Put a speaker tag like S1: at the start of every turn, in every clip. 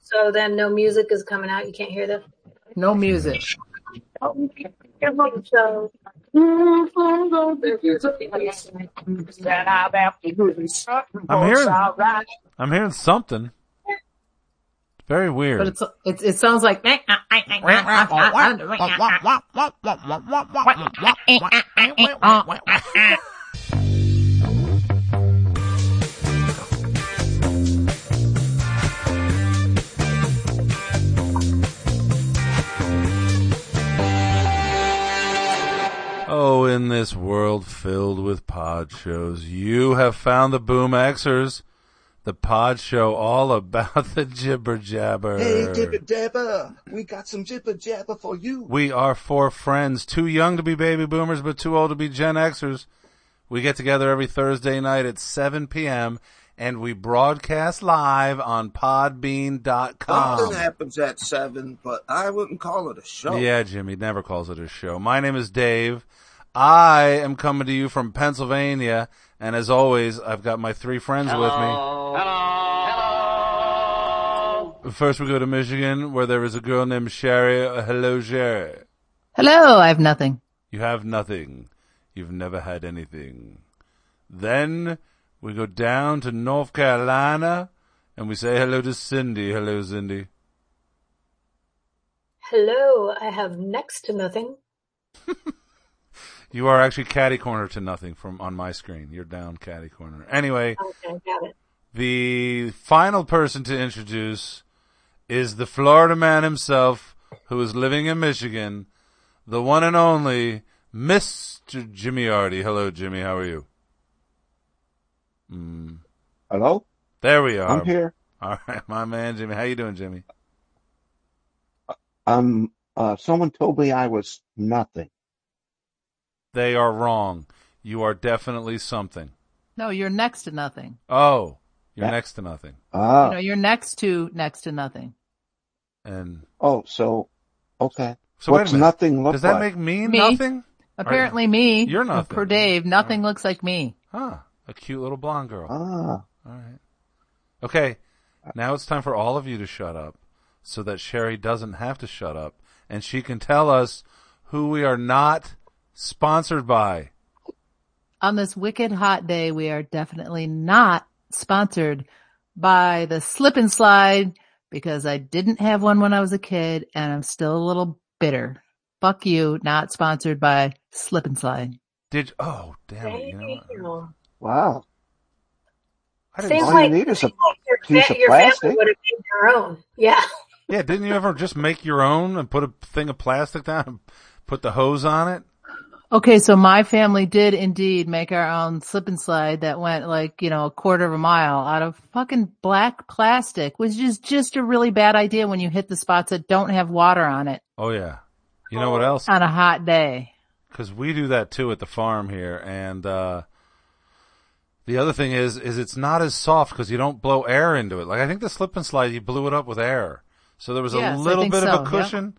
S1: So then no music is coming out. You can't hear them.
S2: No music.
S1: Oh, careful. So. That I've after doing something for,
S3: I'm
S1: so
S3: hearing,
S1: I'll ride.
S3: I'm hearing something. It's very
S2: But
S3: weird.
S2: it's, it, it sounds like, eh, ah,
S3: Oh, in this world filled with pod shows, you have found the Boom Xers, the pod show all about the jibber jabber.
S4: Hey, Jibber Jabber, we got some Jibber Jabber for you.
S3: We are four friends, too young to be baby boomers, but too old to be Gen Xers. We get together every Thursday night at 7 p.m. and we broadcast live on
S4: Something
S3: podbean.com.
S4: happens at seven, but I wouldn't call it a show.
S3: Um, Yeah, Jimmy never calls it a show. My name is Dave. I am coming to you from Pennsylvania. And as always, I've got my three friends with me. First, we go to Michigan, where there is a girl named Sherry. Uh, Hello, Sherry.
S2: hello, I have nothing.
S3: You have nothing. You've never had anything. Then we go down to North Carolina and we say hello to Cindy. Hello, Cindy.
S1: Hello, I have next to nothing.
S3: You are actually catty corner to nothing from on my screen. You're down catty corner. Anyway,
S1: Okay, got it.
S3: the final person to introduce is the Florida man himself who is living in Michigan, the one and only Mr. Jimmy Artie. Hello, Jimmy. How are you? Mm.
S5: Hello,
S3: There we are.
S5: I'm here.
S3: All right, my man Jimmy. How you doing, Jimmy?
S5: Um, uh, someone told me I was nothing.
S3: They are wrong. You are definitely something.
S2: No, you're next to nothing.
S3: Oh, you're
S5: Yeah.
S3: next to nothing.
S5: Ah,
S2: You know, you're next to next to nothing.
S3: And
S5: oh, so okay.
S3: so
S5: What's
S3: wait a minute.
S5: nothing look
S3: Does that make
S5: like?
S3: me,
S2: Me.
S3: nothing?
S2: Apparently me,
S3: You're nothing.
S2: per Dave, nothing looks like me.
S3: Huh. A cute little blonde girl.
S5: Ah,
S3: All right. Okay. Now it's time for all of you to shut up so that Sherry doesn't have to shut up and she can tell us who we are not sponsored by.
S2: On this wicked hot day, we are definitely not sponsored by the slip and slide because I didn't have one when I was a kid and I'm still a little bitter. Fuck you, not sponsored by slip and slide.
S3: Did oh damn it, you know
S1: Thank
S3: what?
S1: you.
S5: wow.
S3: I didn't
S1: Seems
S5: All
S3: see-
S1: like,
S5: you need is a
S1: seems like your,
S5: piece
S1: fa-
S5: of
S1: your family
S5: plastic.
S1: would have made their own. Yeah.
S3: Yeah, didn't you ever just make your own and put a thing of plastic down and put the hose on it?
S2: Okay, so my family did indeed make our own slip and slide that went like, you know, a quarter of a mile out of fucking black plastic, which is just a really bad idea when you hit the spots that don't have water on it
S3: Oh yeah. You know what else?
S2: on a hot day.
S3: Cause we do that too at the farm here. And, uh, the other thing is, is it's not as soft because you don't blow air into it. Like I think the slip and slide, you blew it up with air. So there was a
S2: Yes, I
S3: little
S2: think
S3: bit
S2: so,
S3: of a
S2: yep.
S3: cushion.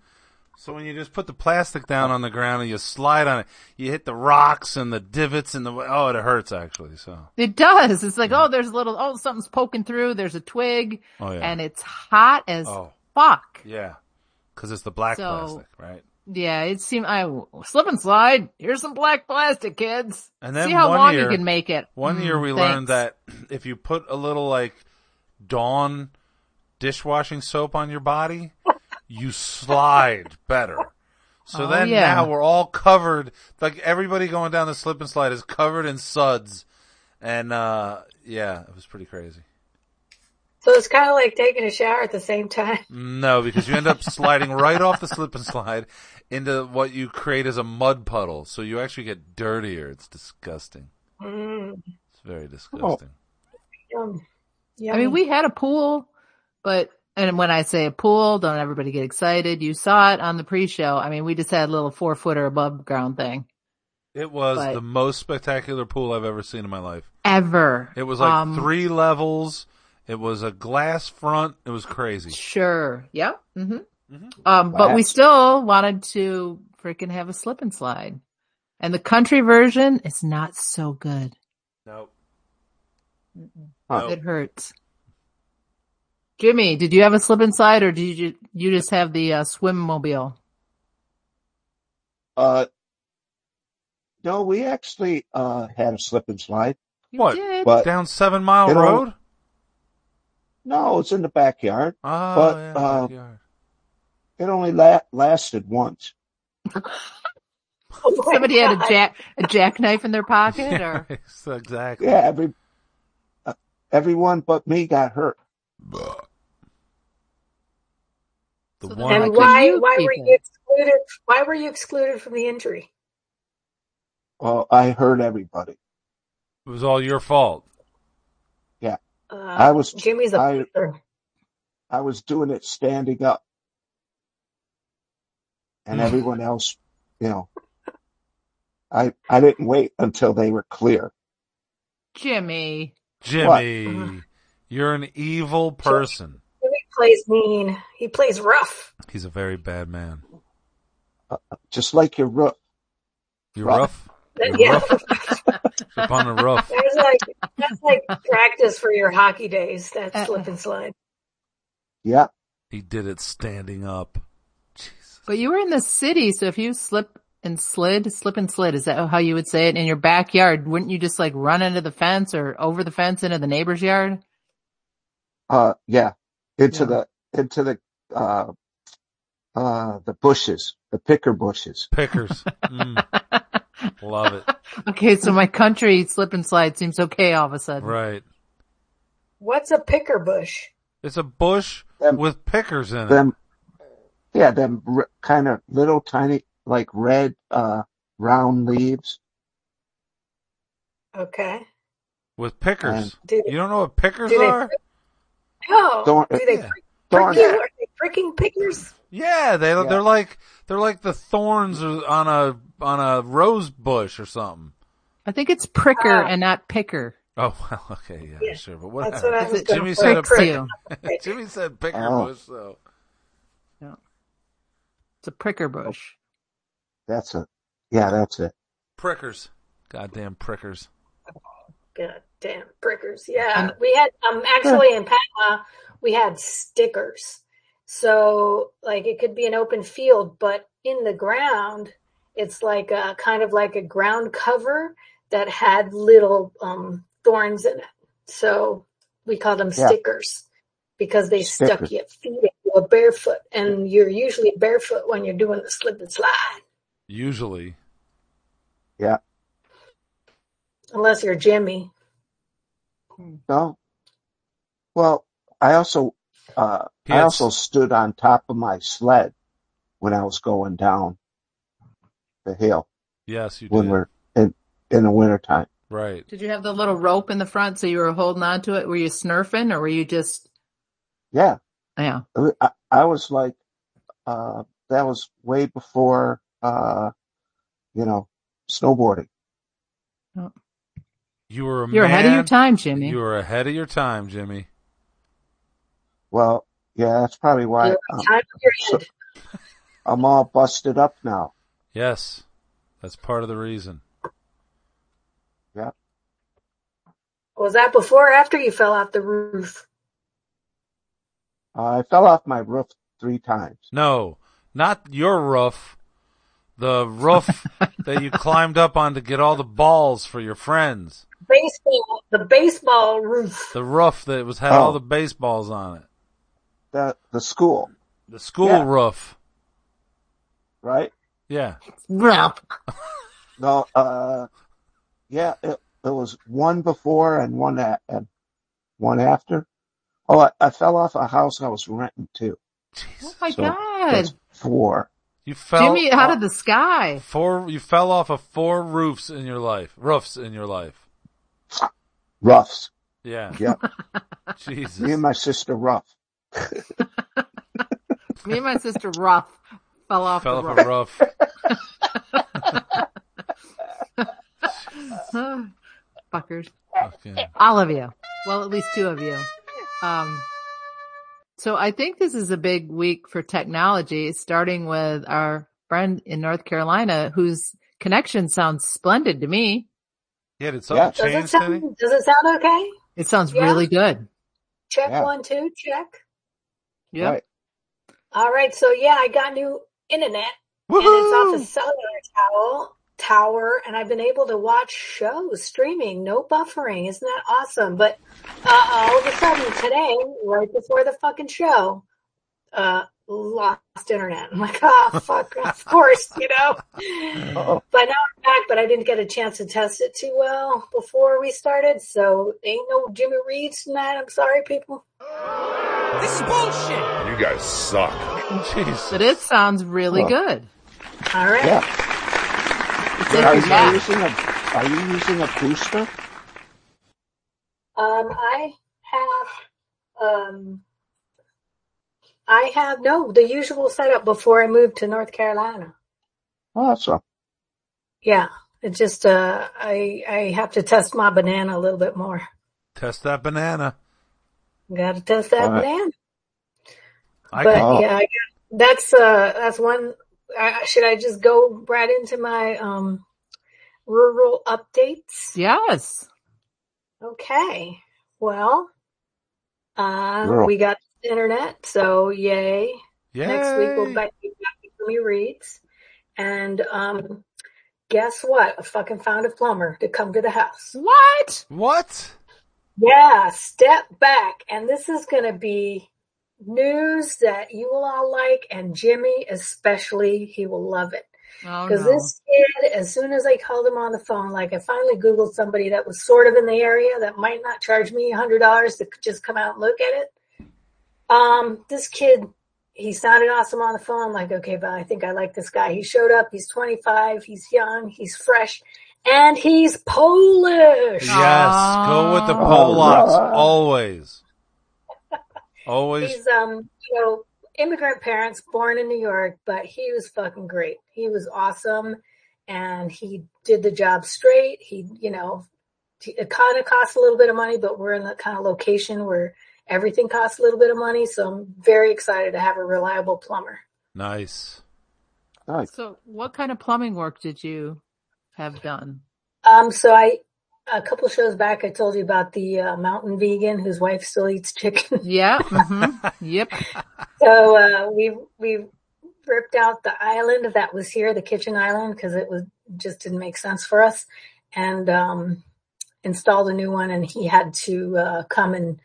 S3: So when you just put the plastic down on the ground and you slide on it, you hit the rocks and the divots and the, oh, it hurts actually. So,
S2: It does. It's like, oh, there's a little, oh, something's poking through. There's a twig
S3: oh yeah.
S2: and it's hot as
S3: Oh.
S2: fuck.
S3: yeah. Cause it's the black
S2: So-
S3: plastic, right?
S2: Yeah, it seemed, I slip and slide. Here's some black plastic, kids.
S3: And then
S2: See how
S3: one
S2: long
S3: year-
S2: you can make it.
S3: One year
S2: Mm,
S3: we learned
S2: thanks.
S3: that if you put a little like Dawn dishwashing soap on your body, you slide better. So
S2: Oh,
S3: then
S2: yeah.
S3: now we're all covered, like everybody going down the slip and slide is covered in suds. And, uh, yeah, it was pretty crazy.
S1: So it's kind of like taking a shower at the same time.
S3: No, because you end up sliding right off the slip and slide into what you create as a mud puddle. So you actually get dirtier. It's disgusting.
S1: Mm,
S3: It's
S2: Oh,
S3: very disgusting.
S1: yum.
S2: I mean,
S1: Yummy.
S2: we had a pool, but, and when I say a pool, don't everybody get excited. You saw it on the pre-show. I mean, we just had a little four footer above ground thing
S3: It was
S2: But-
S3: the most spectacular pool I've ever seen in my life.
S2: ever.
S3: It was like
S2: Um,
S3: three levels. It was a glass front. It was crazy.
S2: Sure. Yeah. hmm
S3: Mhm.
S2: Um, but
S5: Wow.
S2: we still wanted to freaking have a slip and slide and the country version is not so good.
S3: Nope.
S5: Huh.
S3: Nope.
S2: It hurts. Jimmy, did you have a slip and slide or did you, you just have the uh, swim mobile?
S5: Uh, no, we actually, uh, had a slip and slide.
S2: You
S3: What?
S2: did.
S5: But-
S3: Down Seven Mile
S5: It'll-
S3: Road?
S5: No, it's in the backyard.
S3: Oh,
S5: But,
S3: yeah,
S5: uh,
S3: backyard.
S5: It only la- lasted once.
S1: Oh my
S2: Somebody had a
S1: God.
S2: jack, a jackknife in their pocket
S3: Yeah,
S2: or
S3: right, exactly.
S5: Yeah, every, uh, everyone but me got hurt.
S3: The
S2: So then
S3: one
S2: Why
S1: And
S2: couldn't
S1: why
S2: you
S1: why
S2: keep
S1: were
S2: it?
S1: you excluded? Why were you excluded from the injury?
S5: Well, I hurt everybody.
S3: it was all your fault.
S5: Yeah.
S1: Uh,
S5: I was,
S1: Jimmy's a
S5: I,
S1: pusher.
S5: I was doing it standing up and
S3: Hmm.
S5: everyone else, you know, I, I didn't wait until they were clear.
S2: Jimmy.
S3: Jimmy, you're an evil person.
S1: Jimmy plays mean. He plays rough.
S3: He's a very bad man.
S5: Just like your roof.
S3: You're
S5: Right.
S3: rough. You're
S1: yeah,
S3: rough. You're on a roof.
S1: that's like that's like practice for your hockey days. That slip and slide.
S5: Yeah.
S3: He did it standing up. Jesus.
S2: But you were in the city, so if you slip and slid, slip and slid, is that how you would say it in your backyard? Wouldn't you just like run into the fence or over the fence into the neighbor's yard?
S5: Uh, yeah. Into
S2: Yeah.
S5: the, into the, uh, uh, the bushes, the picker bushes.
S3: Pickers. Mm, love it.
S2: okay, so my country slip and slide seems okay all of a sudden.
S3: Right.
S1: What's a picker bush?
S3: It's a bush
S5: Them,
S3: with pickers in it.
S5: them, yeah, them r- kind of little tiny, like red, uh, round leaves.
S1: Okay.
S3: With
S5: and
S3: pickers.
S1: Do
S3: You don't know what pickers
S1: do they
S3: are?
S1: no?
S5: thorn,
S1: Oh. Do they
S3: Uh-huh. Yeah.
S1: prick, prick
S5: thorn,
S1: you?
S3: Yeah.
S1: Are they pricking pickers?
S3: Yeah, they
S5: yeah,
S3: they're like they're like the thorns on a on a rose bush or something.
S2: I think it's pricker
S1: Ah.
S2: and not picker.
S3: Oh well, okay, yeah,
S1: Yeah.
S3: sure, but
S1: That's what
S3: whatever.
S1: I
S2: Because
S1: was
S2: it
S1: going
S3: Jimmy
S1: for.
S3: said a
S2: pricks
S1: Prick.
S2: you.
S1: Prick.
S3: Jimmy said picker
S5: oh,
S3: bush though.
S2: Yeah. It's a pricker bush.
S5: that's it. Yeah, that's it.
S3: Prickers. Goddamn prickers.
S1: God damn prickers.
S2: And
S1: Yeah. We had um actually in Panama we had stickers. So like it could be an open field, but in the ground it's like a kind of like a ground cover that had little um thorns in it. So we called them
S5: Yeah,
S1: stickers because they stuck
S5: stickers.
S1: your feet if you were barefoot and you're usually barefoot when you're doing the slip and slide.
S3: Usually.
S5: Yeah.
S1: Unless you're Jimmy.
S5: No. Well, I also, uh,
S3: He
S5: I
S3: had
S5: also
S3: s-
S5: stood on top of my sled when I was going down the hill
S3: yes, you
S5: when
S3: did.
S5: we're in, in the wintertime.
S3: Right.
S2: did you have the little rope in the front so you were holding on to it? Were you snurfing or were you just,
S5: Yeah.
S2: yeah.
S5: I, I was like, uh, that was way before, uh, you know, snowboarding.
S3: You were a
S2: You're ahead of your
S3: man
S2: time,
S3: you
S2: Jimmy.
S3: were ahead of your time, Jimmy.
S5: Well, yeah, that's probably
S1: You're
S5: why
S1: on
S5: I'm,
S1: time of your
S5: so,
S1: head.
S5: I'm all busted up now.
S3: Yes. That's part of the reason.
S5: Yeah.
S1: Was that before or after you fell off the roof?
S5: Uh, I fell off my roof three times.
S3: No. Not your roof. The roof that you climbed up on to get all the balls for your friends.
S1: Baseball, the baseball roof.
S3: The roof that was had all the
S5: Oh,
S3: baseballs on it.
S5: the the school,
S3: The school
S5: yeah,
S3: roof.
S5: right?
S3: Yeah.
S2: Rough.
S5: No, uh, yeah, it, it was one before and one a and one after. Oh, I, I fell off a house I was renting too,
S2: Oh
S3: Jesus.
S2: my
S5: so that's
S2: God.
S5: four.
S3: You fell
S2: Jimmy out
S3: off
S2: of the sky.
S3: four you fell off of four roofs in your life. Roofs in your life.
S5: Roughs,
S3: Yeah.
S5: yeah. Me and
S3: Jesus.
S5: my sister rough.
S2: Me and my sister Ruff fell off the
S3: Fell off a
S2: roof.
S3: roof.
S2: Fuckers.
S3: Okay.
S2: All of you. Well, at least two of you. Um, so I think this is a big week for technology, starting with our friend in North Carolina whose connection sounds splendid to me.
S3: Yeah, did something
S5: Yeah,
S1: Does it
S3: change today?
S1: sound? Does it sound okay?
S2: It sounds
S1: Yeah.
S2: really good.
S1: Check
S5: yeah.
S1: one, two. Check.
S2: Yep.
S5: Right.
S1: All right, so yeah, I got new internet and it's off
S3: Woohoo!
S1: a cellular towel, tower, and I've been able to watch shows streaming, no buffering. Isn't that awesome? But uh, all of a sudden today, right before the fucking show, uh, lost internet. I'm like, oh fuck, of course, you know.
S5: Oh,
S1: By now I'm back, but I didn't get a chance to test it too well before we started, so ain't no Jimmy Reeds tonight. I'm sorry, people.
S6: You guys suck.
S3: Jesus.
S2: But it sounds really
S5: Well,
S2: good.
S1: All right.
S5: yeah.
S2: It's
S5: Are
S2: in
S5: you
S2: your lap.
S5: using a Are you using a booster?
S1: Um, I have, um, I have no the usual setup before I moved to North Carolina.
S5: Awesome.
S1: Yeah, it just uh, I I have to test my banana a little bit more.
S3: Test that banana.
S1: Got to test that
S5: All right.
S1: banana.
S3: I
S1: but
S5: Oh.
S1: yeah, I got- that's uh that's one. I, I- should I just go right into my um rural updates?
S2: Yes.
S1: Okay. Well, uh,
S5: Rural.
S1: we got internet, so yay.
S3: Yay.
S1: Next week we'll bet you back to me reads. And um guess what? I fucking found a plumber to come to the house.
S2: What?
S3: What?
S1: Yeah, step back. And this is gonna be news that you will all like and Jimmy especially, he will love it.
S2: Oh
S1: Because
S2: no.
S1: this kid, as soon as I called him on the phone, like I finally Googled somebody that was sort of in the area that might not charge me $100 to just come out and look at it. Um, this kid, he sounded awesome on the phone. Like, okay, but I think I like this guy. He showed up. He's 25. He's young. He's fresh and he's Polish.
S3: Yes. Go with the
S1: Ah.
S2: Aw.
S1: Oh,
S3: Polacks
S5: Alright.
S3: always. Always.
S1: He's, um, you know, immigrant parents born in New York, but he was fucking great. He was awesome and he did the job straight. He, you know, it kind of costs a little bit of money, but we're in the kind of location where everything costs a little bit of money. So I'm very excited to have a reliable plumber.
S3: Nice.
S5: Nice.
S2: So what kind of plumbing work did you have done?
S1: Um, so I, a couple shows back, I told you about the uh, mountain vegan whose wife still eats chicken.
S2: Yeah. Mm-hmm. yep.
S1: so uh, we we ripped out the island that was here, the kitchen island, because it was just didn't make sense for us, and um, installed a new one. And he had to uh, come and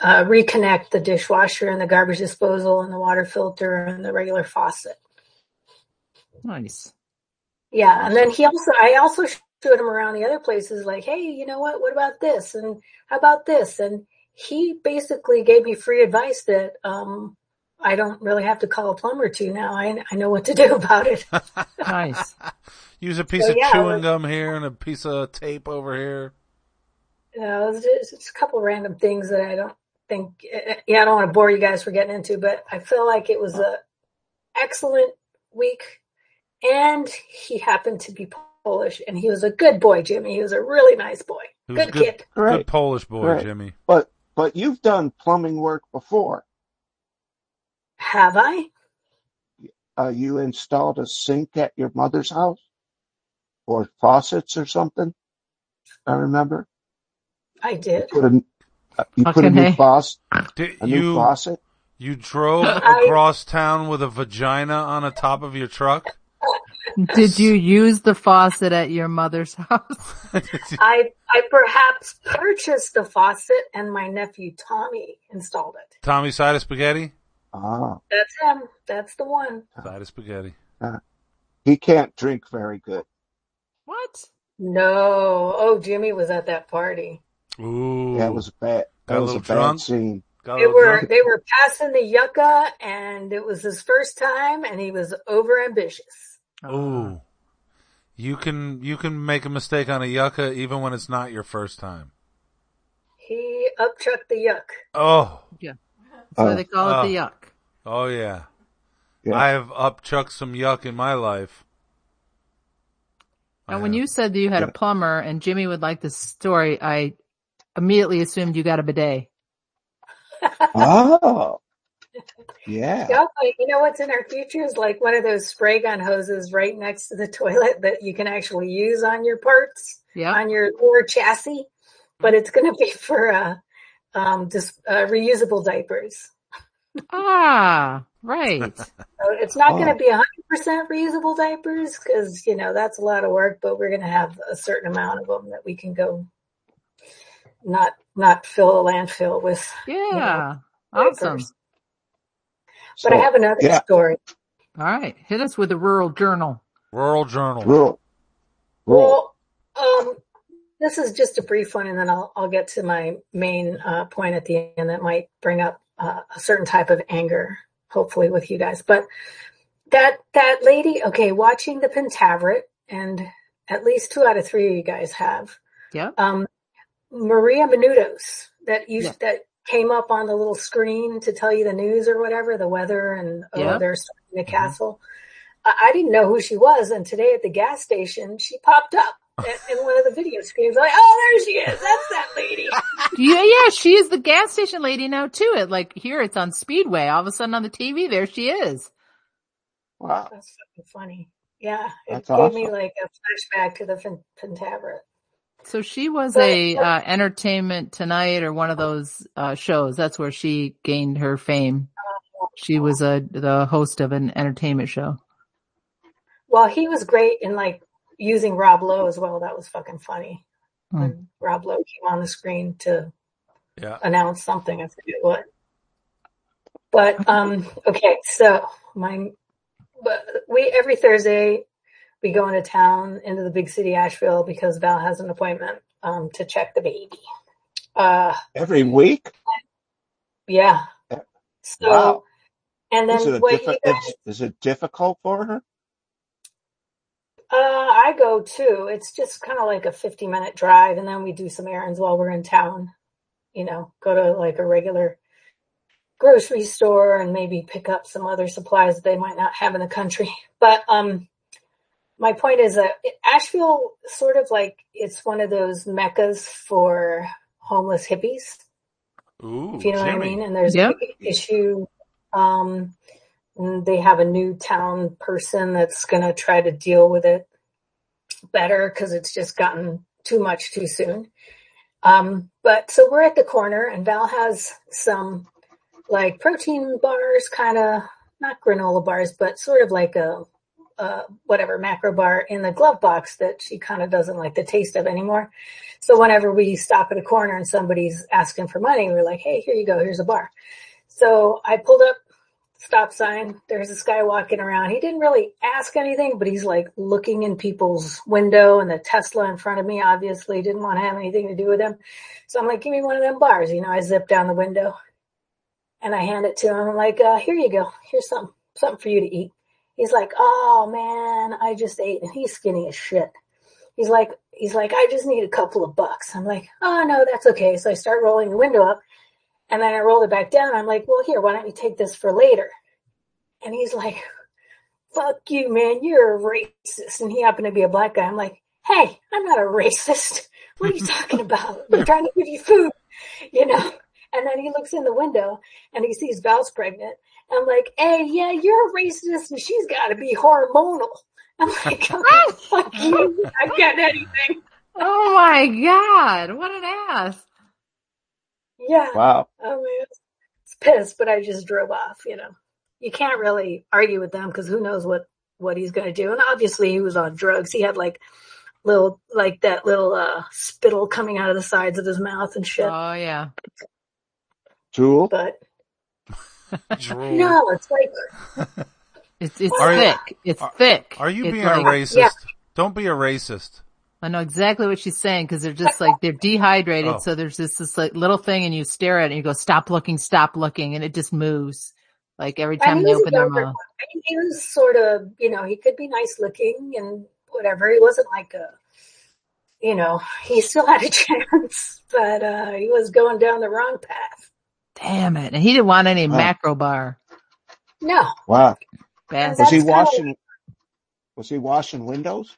S1: uh, reconnect the dishwasher and the garbage disposal and the water filter and the regular faucet.
S2: Nice.
S1: Yeah, and then he also I also showed him around the other places like, hey, you know what? What about this? And how about this? And he basically gave me free advice that um I don't really have to call a plumber to now. I I know what to do about it.
S2: Nice.
S3: Use a piece
S1: So,
S3: of
S1: yeah,
S3: chewing
S1: like-
S3: gum here and a piece of tape over here.
S1: You know, it's just it's a couple random things that I don't think eh, yeah, I don't want to bore you guys for getting into, but I feel like it was a excellent week and he happened to be Polish and he was a good boy, Jimmy. He was a really nice boy.
S3: Who's
S1: Good, kid.
S3: Good
S5: Great.
S3: Polish boy,
S5: Great.
S3: Jimmy.
S5: But but you've done plumbing work before.
S1: Have I?
S5: Uh, you installed a sink at your mother's house or faucets or something. I remember.
S1: I
S5: You
S1: did.
S5: put a uh, you put a
S2: Fucking
S5: new
S2: hey.
S5: faucet
S3: Did
S5: a new
S3: you
S5: faucet.
S3: you drove
S1: I-
S3: across town with a vagina on the top of your truck?
S2: Did you use the faucet at your mother's house?
S1: I I perhaps purchased the faucet and my nephew Tommy installed it.
S3: Tommy side of spaghetti.
S5: Ah,
S1: That's him. That's the one.
S3: Side of spaghetti.
S5: he can't drink very good.
S2: What?
S1: No. Oh, Jimmy was at that party.
S3: Ooh,
S5: That was a bad.
S3: Got a
S5: That was a
S3: little
S5: bad
S3: drunk?
S5: scene.
S3: got a
S1: They
S3: little
S1: were
S3: drunk.
S1: they were passing the yucca and it was his first time and he was over ambitious.
S3: Ooh, you can you can make a mistake on a yucca even when it's not your first time.
S1: He upchucked the yuck.
S3: Oh,
S2: Yeah. That's why
S5: Oh,
S2: they call it the
S3: Oh.
S2: yuck.
S3: oh yeah.
S5: yeah.
S3: I have upchucked some yuck in my life. I
S2: And when
S3: have.
S2: you said that you had a
S5: Yeah.
S2: plumber and Jimmy would like this story, I immediately assumed you got a bidet.
S5: oh, yeah.
S1: Yuck, like, you know what's in our future is like one of those spray gun hoses right next to the toilet that you can actually use on your parts,
S2: Yep.
S1: on your or chassis, but it's going to be for uh, um, just uh, reusable diapers.
S2: Ah, right.
S1: So it's not
S5: Oh.
S1: going to be 100% reusable diapers because, you know, that's a lot of work, but we're going to have a certain amount of them that we can go not, not fill a landfill with.
S2: Yeah. Awesome.
S1: Diapers. But I
S5: So,
S1: have another
S5: yeah,
S1: story.
S2: All right. Hit us with a rural journal.
S3: Rural Journal.
S5: rule, rule.
S1: Well, um, this is just a brief one and then I'll, I'll get to my main uh, point at the end that might bring up uh, a certain type of anger, hopefully with you guys. But that that lady okay watching the pentaveret and at least two out of three of you guys have
S2: Yep.
S1: um maria menudos that you
S2: Yeah.
S1: that came up on the little screen to tell you the news or whatever the weather and oh
S2: Yeah.
S1: they're storming the
S2: Mhm.
S1: castle I, I didn't know who she was and today at the gas station she popped up in- in one of the video screens like oh there she is that's that lady
S2: Yeah, yeah, she is the gas station lady now too. It like here it's on Speedway. All of a sudden on the TV, there she is.
S5: Wow,
S1: that's fucking funny yeah it
S5: that's
S1: gave me
S5: awesome.
S1: like a flashback to the Pen- pentaveret
S2: So she was
S1: but
S2: a uh, Entertainment Tonight or one of those uh, shows. That's where she gained her fame. She was a the host of an entertainment show.
S1: Well, he was great in like using Rob Lowe as well. That was fucking funny
S2: Hmm.
S1: when Rob Lowe came on the screen to
S3: Yeah.
S1: announce something. I forget what. But um, okay, so my but we every Thursday we go into town into the big city Asheville because Val has an appointment um to check the baby. Uh,
S5: Every week?
S1: yeah.
S5: Wow.
S1: So and
S5: Is
S1: then
S5: it a
S1: what you
S5: diffi- is, is it difficult for her?
S1: Uh, I go too. It's just kind of like a 50 minute drive, and then we do some errands while we're in town. You know, go to like a regular grocery store and maybe pick up some other supplies they might not have in the country. But um, my point is that it- Asheville sort of like it's one of those meccas for homeless hippies, if
S3: Ooh,
S1: you know what I mean.
S3: Jimmy.
S1: And there's a
S2: Yep.
S1: big issue. Um, and they have a new town person that's going to try to deal with it better because it's just gotten too much too soon. Um, but so we're at the corner and Val has some like protein bars, kind of not granola bars, but sort of like a, uh, whatever macro bar in the glove box that she kind of doesn't like the taste of anymore. So whenever we stop at a corner and somebody's asking for money, we're like, Hey, here you go. Here's a bar. So I pulled up stop sign. There's this guy walking around. He didn't really ask anything, but he's like looking in people's window and the Tesla in front of me obviously didn't want to have anything to do with him. So I'm like, give me one of them bars. You know, I zip down the window and I hand it to him. I'm like, uh, here you go. Here's something, something for you to eat. He's like, oh man, I just ate and he's skinny as shit. He's like, he's like, I just need a couple of bucks. I'm like, oh no, that's okay. So I start rolling the window up and then I roll it back down. I'm like, well, here, why don't you take this for later? And he's like, fuck you, man. You're a racist. And he happened to be a black guy. I'm like, hey, I'm not a racist. What are you talking about? I'm trying to give you food, you know? And then he looks in the window and he sees Val's pregnant. I'm like, hey, yeah, you're a racist and she's got to be hormonal. I'm like, okay, fuck you. I got anything.
S2: Oh my God. What an ass.
S1: Yeah.
S5: Wow.
S1: Oh man. It's pissed, but I just drove off, you know. You can't really argue with them because who knows what, what he's going to do. And obviously he was on drugs. He had like little like that little uh spittle coming out of the sides of his mouth and shit.
S2: Oh yeah.
S5: Jewel?
S1: But
S3: Drool.
S1: no, it's like
S2: It's, it's
S3: Are you,
S2: thick. It's thick.
S3: are you
S2: It's
S3: being a
S2: like,
S1: yeah,
S3: racist? Don't be a racist.
S2: I know exactly what she's saying because they're just like they're dehydrated.
S3: Oh.
S2: So there's just this like little thing, and you stare at it and you go, "Stop looking, stop looking," and it just moves. Like every
S1: and he
S2: time they
S1: was a
S2: open their
S1: younger
S2: mouth.
S1: one. I mean, he was sort of you know he could be nice looking and whatever. He wasn't like a you know he still had a chance, but uh he was going down the wrong path.
S2: Damn it! And he didn't want
S3: Oh.
S2: any
S5: Wow.
S2: macro bar
S1: No,
S5: Wow.
S1: and
S5: Was he
S1: that's
S2: bastard.
S1: kind of
S5: washing, was he washing windows?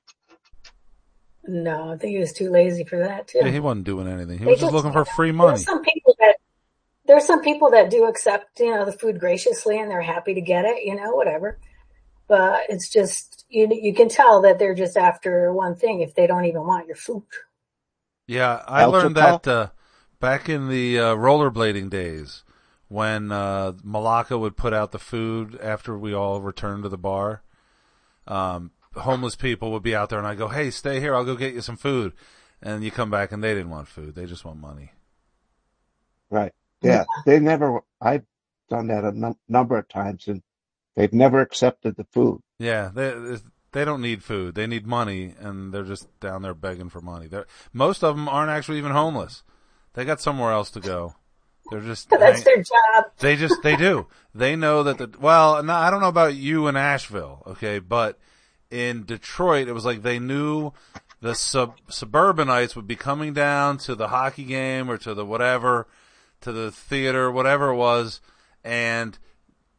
S1: no. I think he was too lazy for that
S3: Yeah,
S1: too.
S3: he wasn't doing anything. He
S1: They
S3: was just
S1: just
S3: looking
S1: you know
S3: for free
S1: there's
S3: money.
S1: some people that there's some people that do accept you know the food graciously and they're happy to get it you know whatever but it's just you you can tell that they're just after one thing if they don't even want your food
S3: Yeah, I
S5: Alta
S3: learned
S5: Cal?
S3: that uh, back in the uh, rollerblading days when uh, Malaka would put out the food after we all returned to the bar. Um, homeless people would be out there, and I go, "Hey, stay here. I'll go get you some food." And you come back, and they didn't want food; they just want money.
S5: Right.
S1: Mm-hmm.
S5: Yeah. They never, I've done that a num- number of times and they've never accepted the food.
S3: Yeah, they they don't need food; they need money, and they're just down there begging for money. They're, most of them aren't actually even homeless; they got somewhere else to go. They're just
S1: That's
S3: hang-
S1: their job.
S3: They just they do. They know that the well, no, I don't know about you in Asheville, okay, but in Detroit it was like they knew the sub suburbanites would be coming down to the hockey game or to the whatever, to the theater, whatever it was, and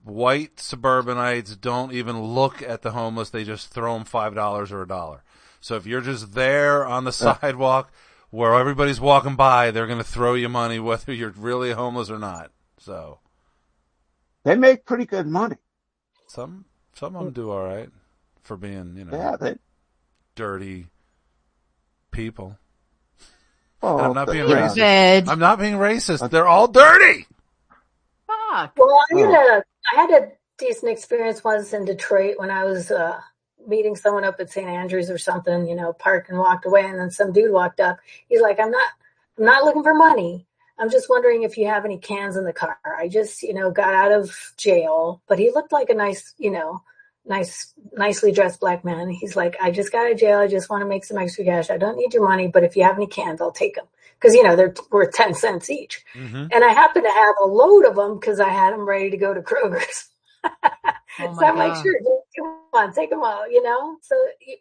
S3: white suburbanites don't even look at the homeless. They just throw them five dollars or a dollar. So if you're just there on the sidewalk where everybody's walking by, they're going to throw you money whether you're really homeless or not. So
S5: They make pretty good money.
S3: some some of them do all right for being you know
S5: Yeah. They,
S3: dirty people.
S5: well,
S3: I'm not
S5: they-
S3: being
S5: oh, yeah.
S3: racist.
S2: Bed.
S3: I'm not being racist. They're all dirty.
S2: Fuck.
S1: Well, I had
S5: Oh.
S1: a I had a decent experience once in Detroit when I was uh, meeting someone up at St. Andrews or something. You know, parked and walked away, and then some dude walked up. He's like, "I'm not, I'm not looking for money. I'm just wondering if you have any cans in the car. I just, you know, got out of jail." But he looked like a nice, you know, nice, nicely dressed black man. He's like, "I just got out of jail. I just want to make some extra cash. I don't need your money, but if you have any cans, I'll take them because you know they're worth ten cents each."
S3: Mm-hmm.
S1: and I happen to have a load of them because I had them ready to go to Kroger's.
S2: Oh
S1: so
S2: my
S1: I'm like,
S2: god.
S1: sure, dude, come on, take them all, you know. So you-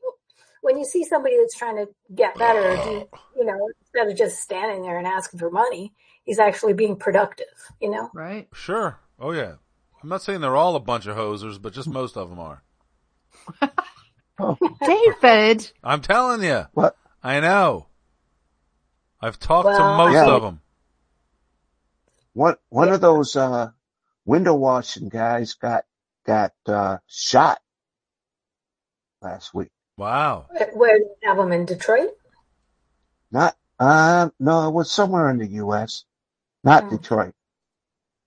S1: when you see somebody that's trying to get better, if you you know, instead of just standing there and asking for money, he's actually being productive, you know.
S2: Right.
S3: Sure. Oh yeah. I'm not saying they're all a bunch of hosers, but just most of them are.
S5: Oh,
S2: David.
S3: I'm telling you.
S5: what?
S3: I know. I've talked to
S1: Well,
S3: most
S5: I-
S3: of 'em. of them.
S5: One, one of those, uh, window washing guys got, got, uh, shot last week.
S3: Wow.
S1: Where do you have them in Detroit?
S5: Not, uh, no, it was somewhere in the U.S., not
S1: Hmm.
S5: Detroit.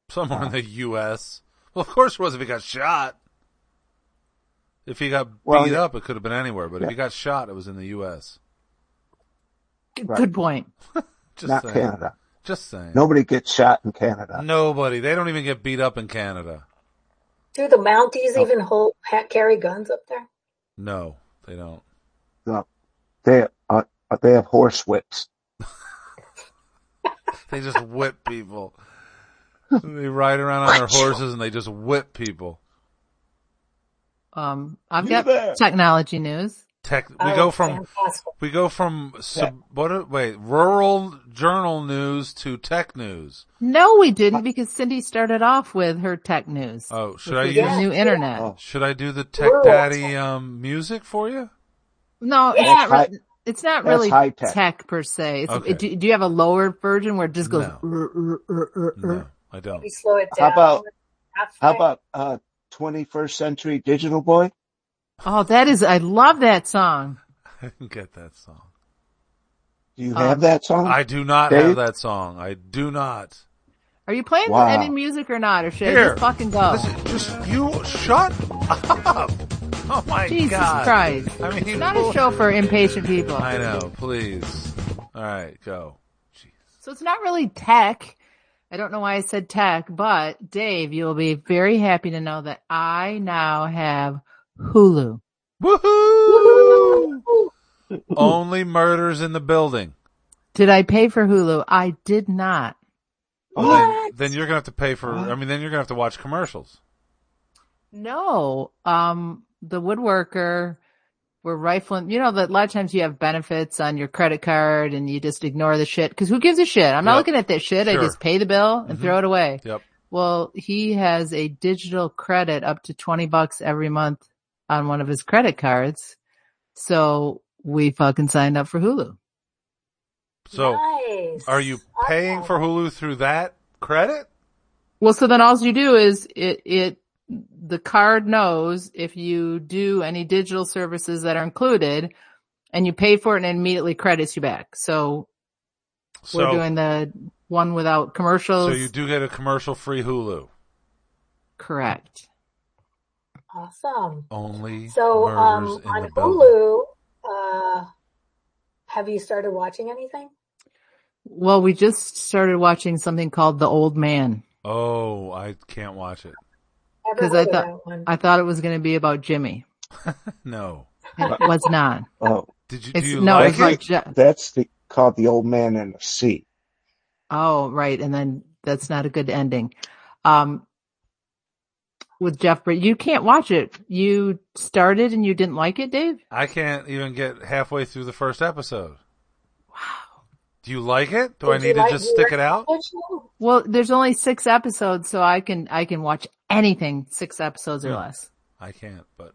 S3: Somewhere in the U.S. Well, of course it was if he got shot. If he got
S5: Well,
S3: beat
S5: yeah.
S3: up, it could have been anywhere, but if
S5: Yeah.
S3: he got shot, it was in the U.S.
S2: G-
S5: Right.
S2: Good point.
S3: Just
S5: Not
S3: saying. Mm.
S5: Canada.
S3: Just saying.
S5: Nobody gets shot in Canada.
S3: Nobody. They don't even get beat up in Canada.
S1: Do the Mounties
S5: No.
S1: even hold ha- carry guns up there?
S3: No, they don't.
S5: No. They, uh, they have horse whips.
S3: They just whip people. They ride around on their horses and they just whip people.
S2: Um, I've
S5: You
S2: got
S5: there.
S2: technology news.
S3: Tech. We
S1: Oh,
S3: go from
S1: fantastic!
S3: we go from sub, what? are- Wait, rural journal news to tech news.
S2: No, we didn't because Cindy started off with her tech news.
S3: Oh, should
S2: which
S3: I
S2: was
S3: use
S2: the new internet?
S5: Oh,
S3: Should I do the Tech
S1: Rural
S3: Daddy
S1: tech.
S3: um music for you?
S2: No, it's
S1: Yes.
S2: not.
S5: That's
S2: Re- it's not
S5: that's
S2: really
S5: high tech.
S2: tech per se. It's,
S3: Okay.
S2: do, do you have a lower version where it just goes?
S3: No.
S2: "Er, er, er, er,
S3: No,
S2: er"?
S3: I
S1: Maybe
S3: don't.
S1: slow it
S5: How
S1: down.
S5: about, how
S1: halfway.
S5: about, uh, 21st century digital boy?
S2: Oh, that is. I love that song.
S3: I didn't get that song.
S5: Do you
S2: Um,
S5: have that
S1: Oh.
S5: song?
S3: I do not have
S5: Dave?
S3: that song. I do not.
S2: Are you playing any
S5: Wow.
S2: music or not, or should I
S3: Here.
S2: just fucking go?
S3: This is just you shut up. Oh my
S2: Jesus
S3: god.
S2: Christ!
S3: I mean,
S2: It's not a show for impatient people.
S3: I know, please. All right, go. Jeez.
S2: So it's not really tech. I don't know why I said tech, but Dave, you'll be very happy to know that I now have Hulu.
S3: Woohoo! Only murders in the building.
S2: Did I pay for Hulu? I did not.
S3: Well, then,
S1: What?
S3: then you're gonna have to pay for.
S5: What?
S3: I mean, then you're gonna have to watch commercials.
S2: No, um, the woodworker were rifling, you know, that a lot of times you have benefits on your credit card and you just ignore the shit. Cause who gives a shit? I'm not
S3: Yep.
S2: looking at that shit. I
S3: Sure.
S2: just pay the bill and
S3: Mhm.
S2: throw it away.
S3: Yep.
S2: Well, he has a digital credit up to 20 bucks every month on one of his credit cards. So we fucking signed up for Hulu.
S3: So,
S1: nice.
S3: are you paying
S1: Awesome.
S3: for Hulu through that credit?
S2: Well, so then all you do is it, it, the card knows if you do any digital services that are included and you pay for it and it immediately credits you back. So we're
S3: So
S2: doing the one without commercials.
S3: So you do get a commercial free Hulu.
S2: Correct.
S1: Awesome.
S3: Only
S1: So um,
S3: murders in
S1: on
S3: the building.
S1: Hulu, uh, have you started watching anything?
S2: Well, we just started watching something called The Old Man
S3: Oh, I can't watch it.
S1: Ever
S2: because
S1: heard
S2: I
S1: of
S2: thought
S1: that one?
S2: I thought it was going to be about Jimmy.
S3: No.
S2: It was not.
S5: Oh,
S3: Did you
S2: It's
S3: do you
S2: no,
S3: like
S2: it's like
S3: it?
S2: Je-
S5: that's the called the old man and the sea.
S2: oh right, and then that's not a good ending. Um, with Jeff, but you can't watch it. You started and you didn't like it, Dave.
S3: I can't even get halfway through the first episode. Wow. Do you like it? Do I
S1: Did
S3: need
S1: you
S3: to
S1: like-
S3: just
S1: do you
S3: stick
S1: like
S3: it out?
S1: that show?
S2: Well, there's only six episodes, so I can I can watch anything six episodes or
S3: Hmm.
S2: less.
S3: I can't, but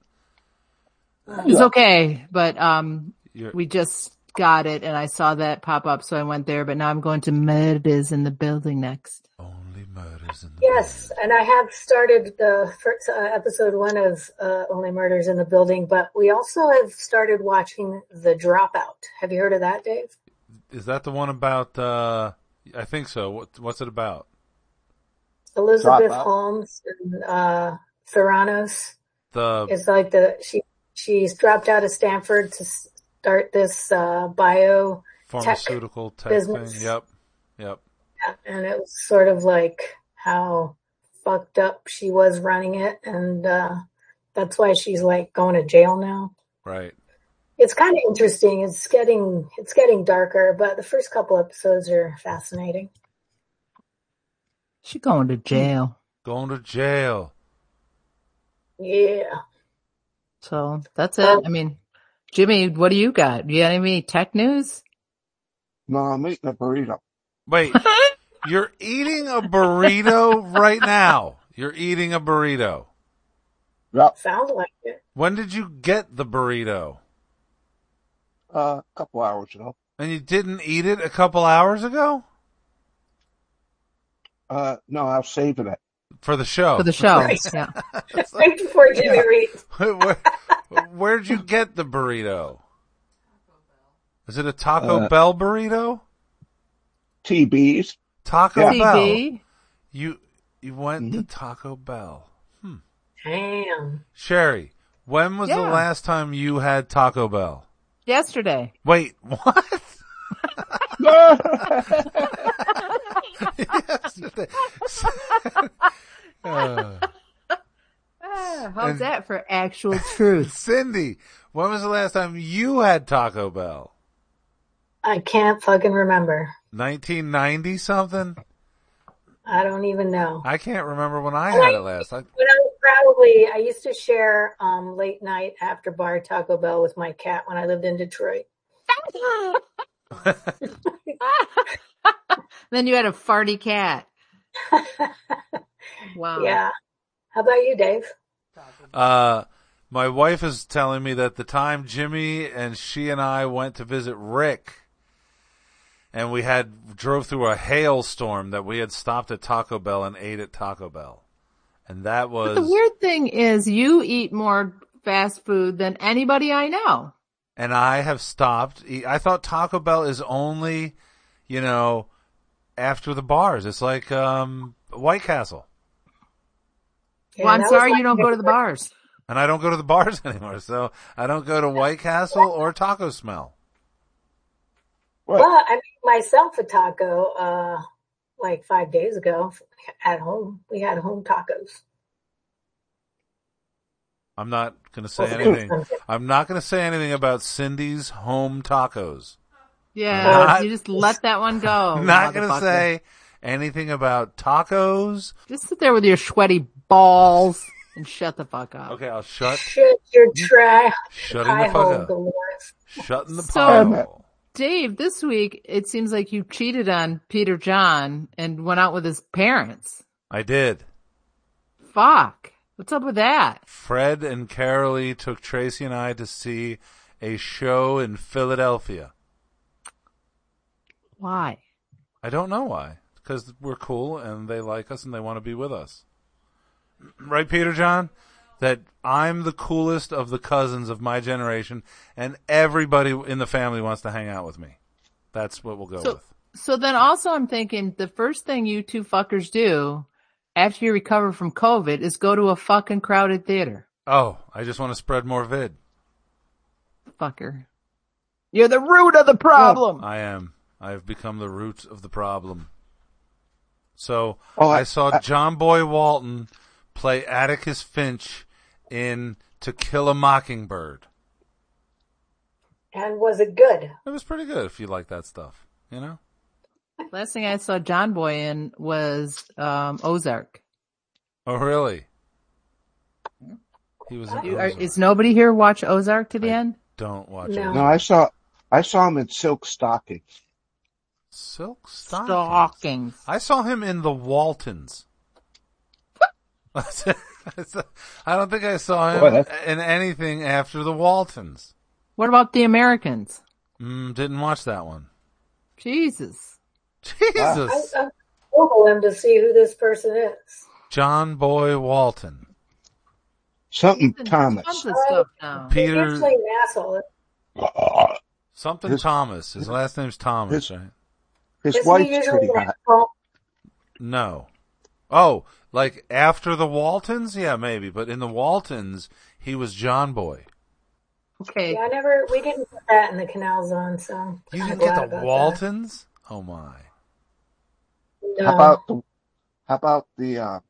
S2: It's okay, but um,
S3: you're
S2: we just got it, and I saw that pop up, so I went there. But now I'm going to Murders in the Building next.
S3: only murders in the
S1: Yes, and I have started the first uh, episode one of uh, Only Murders in the Building, but we also have started watching The Dropout. Have you heard of that, Dave?
S3: building. Is that the one about uh I think so. What what's it about?
S1: Elizabeth
S5: Dropout?
S1: Holmes and uh, Theranos
S3: The
S1: is like the she she's dropped out of Stanford to s- start this uh, bio
S3: pharmaceutical tech
S1: business.
S3: thing. Yep. Yep.
S1: and it was sort of like how fucked up she was running it and uh that's why she's like going to jail now
S3: Right.
S1: it's kind of interesting it's getting it's getting darker but the first couple episodes are fascinating
S2: She going to jail,
S3: Going to jail.
S1: yeah
S2: so that's
S1: Um,
S3: Oh.
S2: it. I mean, Jimmy, what do you got? You got any tech news?
S5: No, I'm eating a burrito.
S3: Wait, you're eating a burrito right now. You're eating a burrito.
S5: Yep,
S1: sounds like it
S3: When did you get the burrito?
S5: uh, a couple hours ago.
S3: And you didn't eat it a couple hours ago?
S5: Uh, no, I was saving it.
S3: For the show.
S2: For the show,
S1: Right.
S2: yeah.
S3: It's like,
S1: right before jimmy
S5: Yeah.
S1: reads
S3: where, where'd you get the burrito? Is it a Taco
S5: Uh,
S3: Bell burrito?
S5: TBs.
S3: Taco
S5: Yeah.
S3: Bell.
S2: CB.
S3: You, you went to Taco Bell.
S1: damn
S3: Sherry, when was the
S2: Yeah.
S3: last time you had Taco Bell?
S2: Yesterday.
S3: Wait, what? Yesterday. Uh,
S2: Ah, how's
S3: And-
S2: that for actual truth?
S3: Cindy, when was the last time you had Taco Bell?
S1: i can't fucking remember
S3: 1990 something?
S1: i don't even know
S3: I can't remember when I had it last. I,
S1: When I was probably, I used to share um, late night after bar Taco Bell with my cat when I lived in Detroit.
S2: then you had a farty cat. Wow.
S1: Yeah. How about you, Dave?
S3: uh, my wife is telling me that the time Jimmy and she and I went to visit Rick and we had drove through a hailstorm that we had stopped at Taco Bell and ate at Taco Bell. And that
S2: But the
S3: was,
S2: weird thing is you eat more fast food than anybody I know.
S3: and I have stopped. e- I thought Taco Bell is only, you know, after the bars. It's like, um, White Castle.
S1: Yeah,
S2: well, I'm
S1: that was
S2: sorry
S1: my
S2: you don't go to the
S1: favorite.
S2: bars.
S3: And I don't go to the bars anymore, so I don't go to White Castle or Taco Smell.
S5: Right.
S1: Well, I made myself a taco uh, like five days ago at home. We had home tacos.
S3: I'm not gonna say
S1: Well,
S3: anything.
S1: something.
S3: I'm not gonna say anything about Cindy's home tacos.
S2: Yeah,
S3: Not-
S2: you just let that one go.
S3: I'm not gonna
S2: motherfucker.
S3: say anything about tacos.
S2: Just sit there with your sweaty balls and shut the fuck up.
S3: Okay, I'll shut
S1: Shit, your try
S3: shutting the
S1: pie
S3: fuck
S1: hole,
S3: up.
S1: Dolores.
S3: Shutting the
S2: So-
S3: pie
S5: Damn it.
S3: hole.
S2: Dave, this week it seems like you cheated on Peter John and went out with his parents.
S3: I did.
S2: Fuck. What's up with that?
S3: Fred and Carolee took Tracy and I to see a show in Philadelphia.
S2: Why?
S3: I don't know why. Because we're cool and they like us and they want to be with us. Right, Peter John? That I'm the coolest of the cousins of my generation and everybody in the family wants to hang out with me. That's what we'll go
S2: So
S3: with.
S2: So then also I'm thinking the first thing you two fuckers do after you recover from COVID is go to a fucking crowded theater.
S3: Oh, I just want to spread more vid.
S2: Fucker. You're the root of the problem.
S3: I am. I have become the root of the problem. So
S5: Oh, I-
S3: I saw John Boy Walton play Atticus Finch in To Kill a Mockingbird.
S1: And was it good?
S3: It was pretty good if you like that stuff, you know?
S2: uh, Last thing I saw John Boy in was um, Ozark.
S3: Oh, really? He was in
S2: You- are-
S3: Ozark.
S2: is nobody here watch Ozark to the
S3: I-
S2: end?
S3: Don't watch
S1: No.
S3: Ozark.
S5: No, I saw, I saw him in silk stockings.
S3: Silk stockings.
S2: Stockings.
S3: I saw him in The Waltons. I don't think I saw him
S5: Boy, that's-
S3: in anything after The Waltons.
S2: What about the Americans?
S3: Mm, didn't watch that one.
S2: Jesus.
S3: Jesus.
S1: I, I Google him to see who this person is.
S3: John Boy Walton.
S5: Something
S2: He's in Tons
S5: Thomas.
S2: of stuff now.
S1: He
S3: Peter
S1: did play Nassau.
S3: something
S5: His-
S3: Thomas. His last name's Thomas,
S5: his-
S3: right?
S5: His
S1: Isn't he
S5: wife's
S1: usually
S5: pretty
S1: in
S5: hot.
S1: Nassau?
S3: No. Oh, like after the Waltons? Yeah, maybe. But in the Waltons, he was John Boy.
S2: Okay.
S1: Yeah, I never. We didn't put that in the Canal Zone, so
S3: You
S1: I'm
S3: didn't
S1: glad
S3: get the
S1: about
S3: Waltons? Oh my.
S1: That. No.
S5: How about the, how about the, uh,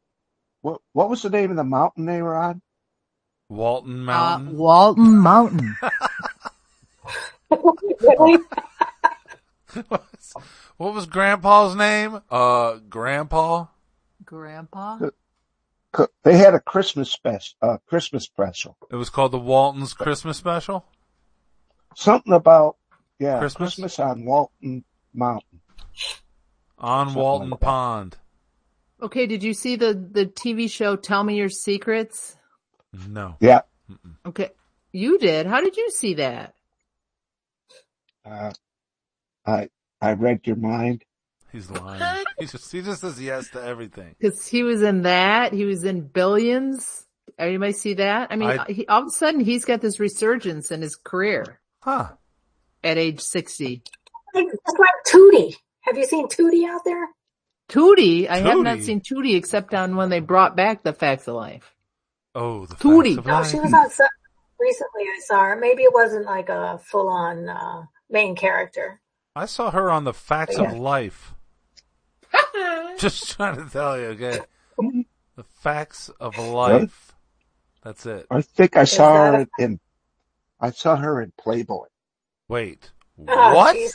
S5: what, what was the name of the mountain they were on?
S3: Walton
S2: Uh,
S3: Mountain.
S2: Walton Mountain.
S1: really?
S3: what was Grandpa's name? Uh, Grandpa?
S2: Grandpa?
S5: Co- They had a Christmas special, uh, Christmas special.
S3: It was called the Waltons Christmas Special?
S5: Something about, yeah,
S3: Christmas?
S5: Christmas on Walton Mountain.
S3: On
S5: Something
S3: Walton
S5: like that.
S3: Pond.
S2: Okay, did you see the, the TV show Tell Me Your Secrets?
S3: No.
S5: Yeah.
S2: Okay. You did. How did you see that?
S5: Uh, I, I read your mind.
S3: He's lying. He just, he just says yes to everything.
S2: Cause he was in that. He was in billions. Anybody see that? I mean,
S3: I-
S2: he, all of a sudden he's got this resurgence in his career
S3: Huh.
S2: at age 60.
S1: It's like Tootie. Have you seen Tootie out there?
S2: Tootie, I have not
S3: Tootie?
S2: seen Tootie except on when they brought back the facts of life.
S3: Oh, the
S2: Tootie.
S3: facts of
S1: No,
S3: life.
S1: she was on some recently. I saw her. Maybe it wasn't like a full-on uh, main character.
S3: I saw her on the Facts
S1: Yeah.
S3: of Life. Just trying to tell you, okay? The Facts of Life. That's it.
S5: I think I saw
S1: that
S5: her in, I saw her in Playboy.
S3: Wait,
S1: Oh,
S3: what?
S1: jeez.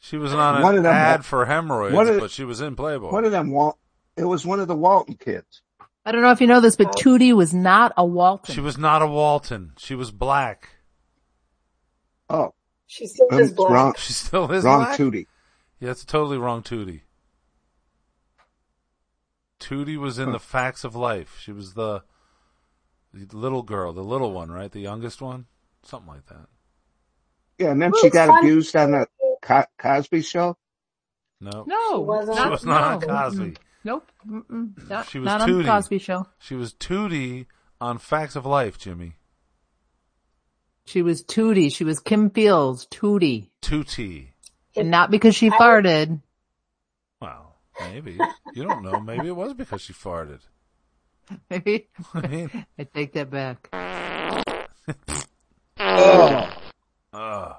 S3: She was on an
S5: One of them-
S3: ad for hemorrhoids,
S5: one of-
S3: but she was in Playboy.
S5: One of them Wal, it was one of the Walton kids.
S2: I don't know if you know this, but
S1: Oh.
S2: Tootie was not a Walton.
S3: she was not a Walton. She was black.
S5: Oh,
S1: She still
S5: I'm
S1: is black.
S5: wrong,
S3: She still is
S5: wrong
S3: black.
S5: Tootie.
S3: Yeah, it's totally wrong, Tootie. Tootie was in
S5: Huh.
S3: the Facts of Life. She was the, the little girl, the little one, right? The youngest one, something like that.
S5: Yeah, and then
S1: Well,
S5: she
S1: it's
S5: got
S1: fun.
S5: abused on the Co- Cosby show.
S3: No,
S1: She
S2: no,
S1: wasn't-
S3: she
S2: not,
S3: was not
S2: no.
S3: on Cosby.
S2: Mm-mm. Nope. Mm-mm. Not,
S3: She was
S2: not on the
S3: Tootie.
S2: Cosby show.
S3: She was Tootie on Facts of Life, Jimmy.
S2: She was Tootie. She was Kim Fields, Tootie.
S3: Tootie.
S2: And not because she
S1: I-
S2: farted.
S3: Well, maybe. You don't know. Maybe it was because she farted.
S2: Maybe.
S3: I mean,
S2: I take that back.
S3: uh.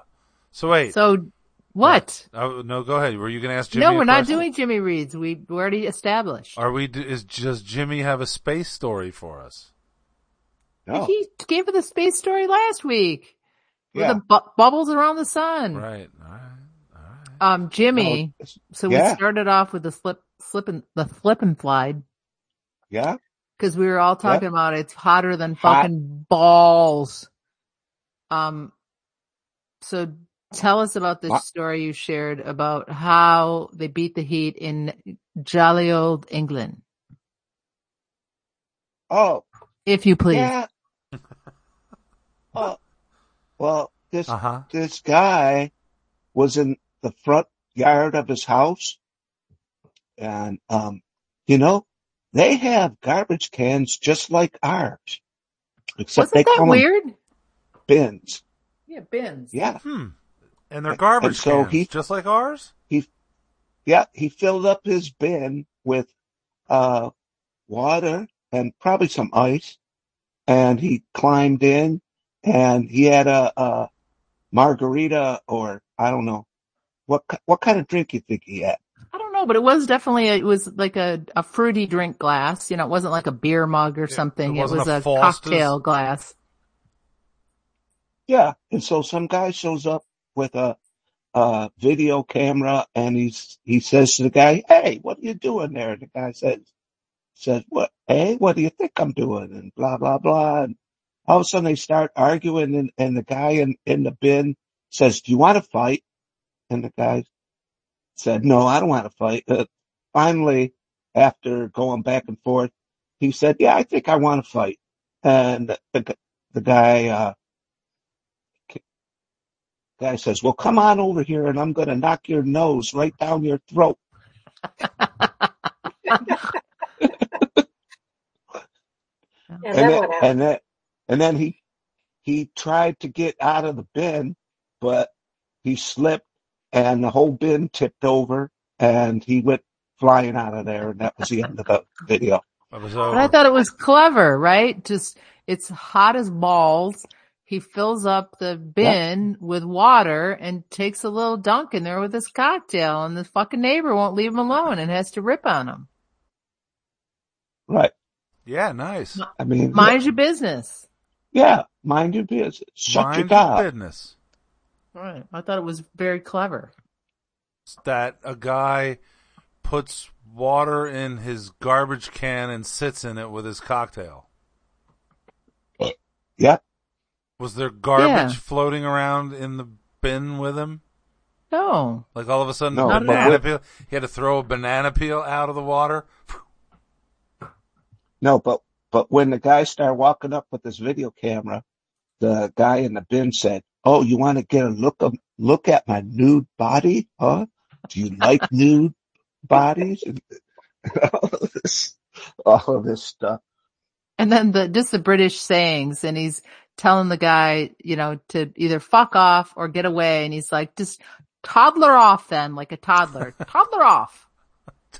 S3: So wait.
S2: So what?
S3: Oh, no, go ahead. Were you going to ask Jimmy?
S2: No,
S3: a
S2: we're not
S3: question?
S2: doing Jimmy Reed's. We we already established.
S3: Are we? do- Is does Jimmy have a space story for us?
S5: No,
S2: He gave her the space story last week with
S5: yeah,
S2: the bu- bubbles around the sun.
S3: Right. All right. All right.
S2: Um, Jimmy.
S5: no, it's-
S2: so we
S5: yeah,
S2: started off with the slip, slip and the flip and slide
S5: yeah,
S2: because we were all talking about it's hotter than
S5: Hot.
S2: fucking balls. Um, so tell us about this
S5: What?
S2: story you shared about how they beat the heat in jolly old England,
S5: oh,
S2: if you please.
S5: yeah. Oh, well, this
S3: Uh huh.
S5: this guy was in the front yard of his house, and um, you know, they have garbage cans just like ours, except
S2: Wasn't
S5: they
S2: that
S5: call them
S2: weird?
S5: bins.
S2: Yeah, bins.
S5: Yeah,
S3: Hmm. And they're garbage
S5: And so
S3: cans,
S5: he-
S3: just like ours.
S5: Yeah, he filled up his bin with uh water and probably some ice, and he climbed in, and he had a, a margarita or I don't know what ki- what kind of drink you think he had.
S2: I don't know, but it was definitely, it was like a, a fruity drink glass. You know, it wasn't like a beer mug or
S3: Yeah,
S2: something.
S3: it
S2: It,
S3: wasn't
S2: was
S3: a
S2: a
S3: Foster's.
S2: cocktail glass.
S5: Yeah, and so some guy shows up with a uh video camera and he's he says to the guy, Hey, what are you doing there? And the guy says says, What hey, what do you think I'm doing? And blah blah blah and all of a sudden they start arguing and, and the guy in, in the bin says, Do you want to fight? And the guy said, No, I don't want to fight. Uh, finally, after going back and forth, he said, Yeah, I think I want to fight. And the, gu- the guy uh guy says, Well come on over here and I'm gonna knock your nose right down your throat.
S1: And,
S5: and
S1: then
S5: then
S1: what happened?
S5: and then and then he he tried to get out of the bin, but he slipped and the whole bin tipped over and he went flying out of there and that was the end of the video.
S3: That was oh,
S2: But I
S3: over.
S2: thought it was clever, right? Just, it's hot as balls. He fills up the bin with water and takes a little dunk in there with his cocktail and the fucking neighbor won't leave him alone and has to rip on him.
S5: Right.
S3: Yeah, nice.
S5: I mean yeah,
S2: Mind your business.
S5: yeah, mind your business. Shut your
S3: Mind your
S5: gob.
S3: business.
S2: Right. I thought it was very clever.
S3: That a guy puts water in his garbage can and sits in it with his cocktail.
S5: Yep.
S3: Was there garbage
S2: Yeah.
S3: floating around in the bin with him?
S2: No.
S3: Like all of a sudden,
S5: No,
S2: Not at
S3: banana
S5: all.
S3: peel. He had to throw a banana peel out of the water.
S5: No, but but when the guy started walking up with his video camera, the guy in the bin said, "Oh, you want to get a look of look at my nude body, huh? Do you like nude bodies?" And all of this, all of this stuff.
S2: And then the, just the British sayings and he's telling the guy, you know, to either fuck off or get away. And he's like, just toddler off then, like a toddler, toddler off.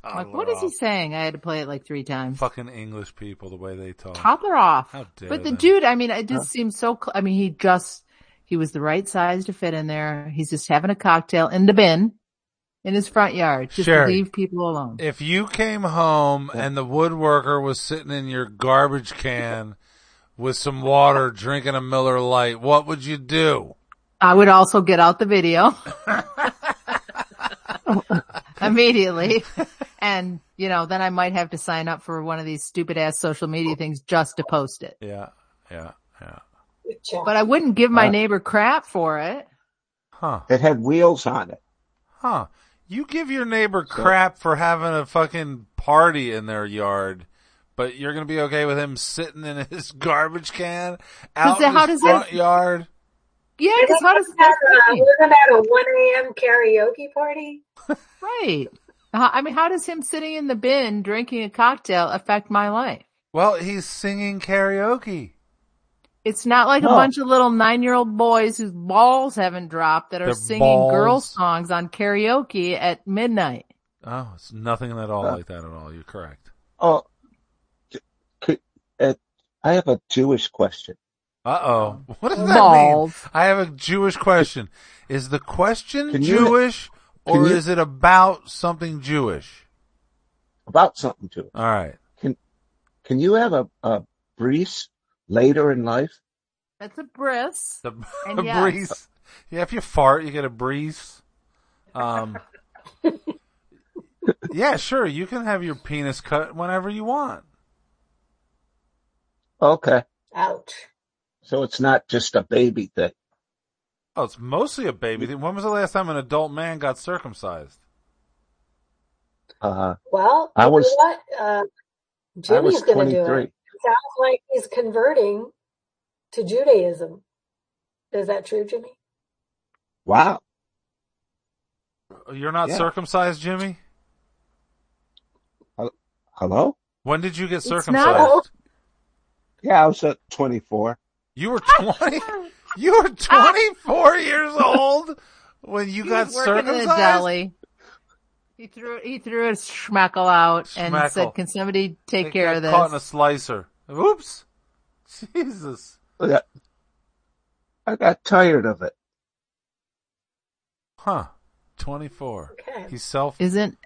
S2: I'm like, what is he saying? I had to play it like three times.
S3: Fucking English people, the way they talk.
S2: Toddler off.
S3: Oh. How dare
S2: But the
S3: them.
S2: dude, I mean, it
S5: Huh?
S2: just seems so, cl- I mean, he just, he was the right size to fit in there. He's just having a cocktail in the bin in his front yard. Just
S3: Sherry.
S2: leave people alone.
S3: If you came home
S5: Yeah.
S3: and the woodworker was sitting in your garbage can with some water drinking a Miller Lite, what would you do?
S2: I would also get out the video immediately. And, you know, then I might have to sign up for one of these stupid ass social media things just to post it.
S3: Yeah, yeah, yeah.
S1: Good job.
S2: But I wouldn't give my
S5: Uh,
S2: neighbor crap for it.
S3: Huh,
S5: It had wheels on it.
S3: huh. You give your neighbor
S5: So-
S3: crap for having a fucking party in their yard, but you're gonna be okay with him sitting in his garbage can out
S2: Does it-
S3: in
S2: how does
S3: his
S2: that-
S3: front yard?
S2: Yeah,
S1: We're
S2: cause
S1: not
S2: how does
S1: about,
S2: that
S1: uh, we're about a 1 a.m. karaoke party.
S2: Right. How- I mean, how does him sitting in the bin drinking a cocktail affect my life?
S3: Well, he's singing karaoke.
S2: It's not like a
S5: No.
S2: bunch of little nine year old boys whose balls haven't dropped that are
S3: Their
S2: singing girl
S3: balls.
S2: songs on karaoke at midnight.
S3: Oh, it's nothing at all
S5: Uh,
S3: like that at all. You're correct.
S5: Oh, could, uh, I have a Jewish question.
S3: Uh
S2: Um,
S3: oh. What does that
S2: Balls.
S3: mean? I have a Jewish question. Is the question
S5: Can you
S3: Jewish
S5: can
S3: or
S5: you
S3: is it about something Jewish?
S5: about something to it?
S3: All right.
S5: Can can you have a, a brief later in life?
S2: That's a bris.
S3: The
S2: And
S3: a
S2: yes.
S3: breeze. Yeah, if you fart, you get a breeze. Um, yeah, sure. You can have your penis cut whenever you want.
S5: Okay,
S1: Ouch.
S5: so it's not just a baby thing.
S3: Oh, it's mostly a baby thing. When was the last time an adult man got circumcised?
S5: Uh,
S1: Well,
S5: I
S1: you know
S5: was
S1: what? Uh,
S5: I
S1: Jimmy's
S5: was
S1: going to do it.
S5: 23.
S1: Sounds like he's converting to Judaism. Is that true, Jimmy?
S5: Wow.
S3: You're not
S5: Yeah.
S3: circumcised, Jimmy?
S5: Hel- Hello.
S3: When did you get
S2: It's not
S3: circumcised?
S5: Yeah, I was at 24.
S3: You were 20? You were 24 years old When you
S2: He
S3: got
S2: was working in a
S3: circumcised?
S2: deli. He threw he threw a schmackle out and
S3: Schmackle.
S2: said, "Can somebody take
S3: They
S2: care
S3: got
S2: of
S3: Caught in a
S2: this?"
S3: slicer. Oops. Jesus.
S5: Oh, Yeah. I got tired of it.
S3: Huh. 24.
S1: Okay.
S3: He's self.
S2: Isn't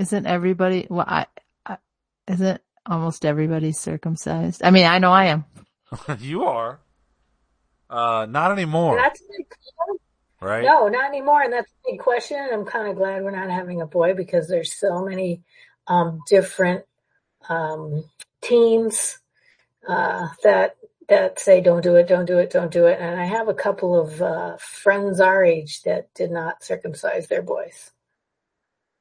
S2: isn't everybody? Well, I, I isn't almost everybody circumcised. I mean, I know I am.
S3: you are. Uh, not anymore,
S1: That's a big question.
S3: right?
S1: No, not anymore. And that's a big question. And I'm kind of glad we're not having a boy because there's so many um, different um, teams uh, that that say don't do it, don't do it, don't do it. And I have a couple of uh, friends our age that did not circumcise their boys.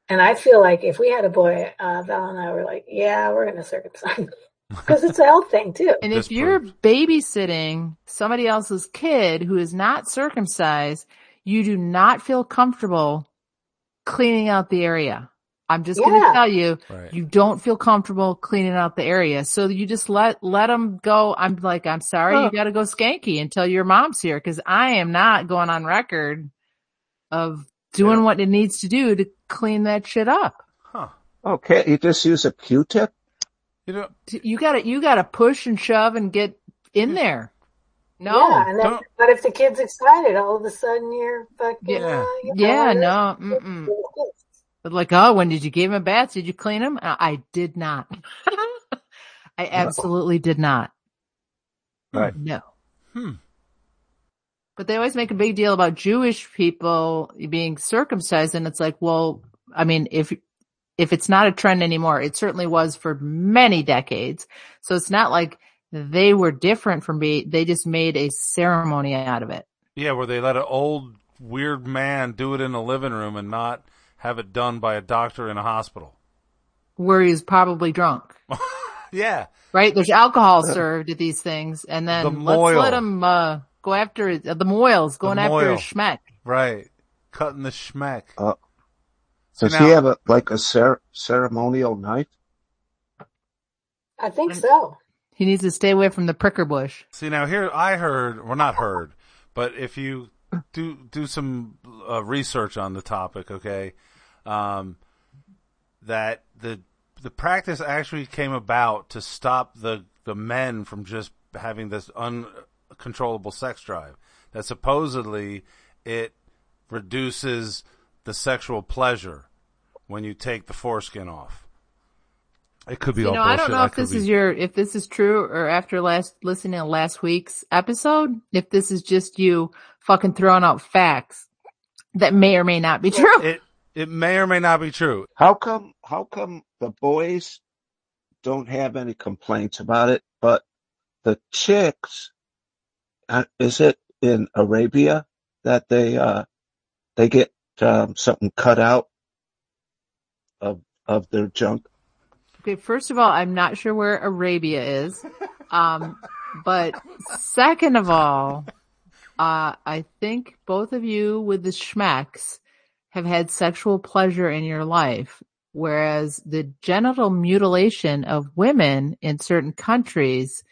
S1: And I feel like if we had a boy, uh, Val and I were like, yeah, we're going to circumcise because it's a health thing too.
S2: And
S3: This
S2: if you're
S3: proves-
S2: babysitting somebody else's kid who is not circumcised, you do not feel comfortable cleaning out the area. I'm just going to
S1: Yeah.
S2: tell you,
S3: Right.
S2: you don't feel comfortable cleaning out the area. So you just let, let them go. I'm like, I'm sorry.
S5: Huh.
S2: You got to go skanky until your mom's here. Cause I am not going on record of doing
S3: Yeah.
S2: what it needs to do to clean that shit up.
S3: Huh.
S5: Oh, can't you just use a Q-tip?
S3: You know,
S2: You gotta, you gotta push and shove and get in there. No.
S1: Yeah, and then,
S3: don't-
S1: but if the kid's excited, all of a sudden you're fucking.
S3: Yeah.
S1: Uh,
S2: Yeah,
S1: you know,
S2: no,
S1: what
S2: mm-mm.
S1: is-
S2: But like, oh, when did you give him baths? Did you clean him? I, I did not. I absolutely did not.
S5: Right.
S2: No.
S3: Hmm.
S2: But they always make a big deal about Jewish people being circumcised. And it's like, well, I mean, if, if it's not a trend anymore, it certainly was for many decades. So it's not like they were different from me. They just made a ceremony out of it.
S3: yeah, where they let an old weird man do it in a living room and not have it done by a doctor in a hospital.
S2: Where he was probably drunk.
S3: Yeah.
S2: right? There's alcohol served at these things, and then
S3: Uh, The
S2: let's let
S3: moil.
S2: him uh, go after his, uh, the moils, going after
S3: moil.
S2: his schmeck.
S3: Right. Cutting the schmeck.
S5: Uh,
S3: So
S5: does
S3: now,
S5: he have a like a cer- ceremonial knife?
S1: I think so.
S2: He needs to stay away from the pricker bush.
S3: See now here, I heard, well not heard, but if you do do some uh, research on the topic, okay, um, that the the practice actually came about to stop the the men from just having this uncontrollable sex drive. That supposedly it reduces the sexual pleasure when you take the foreskin off. It could be
S2: You
S3: all
S2: know,
S3: bullshit.
S2: I don't know if
S3: could
S2: this
S3: be-
S2: is your, if this is true or after last, listening to last week's episode, if this is just you fucking throwing out facts that may or may not be true.
S3: it. It may or may not be true.
S5: How come? How come the boys don't have any complaints about it, but the chicks? Uh, is it in Arabia that they uh they get um, something cut out of of their junk?
S2: Okay, first of all, I'm not sure where Arabia is. Um, but second of all, uh, I think both of you with the schmacks have had sexual pleasure in your life, whereas the genital mutilation of women in certain countries,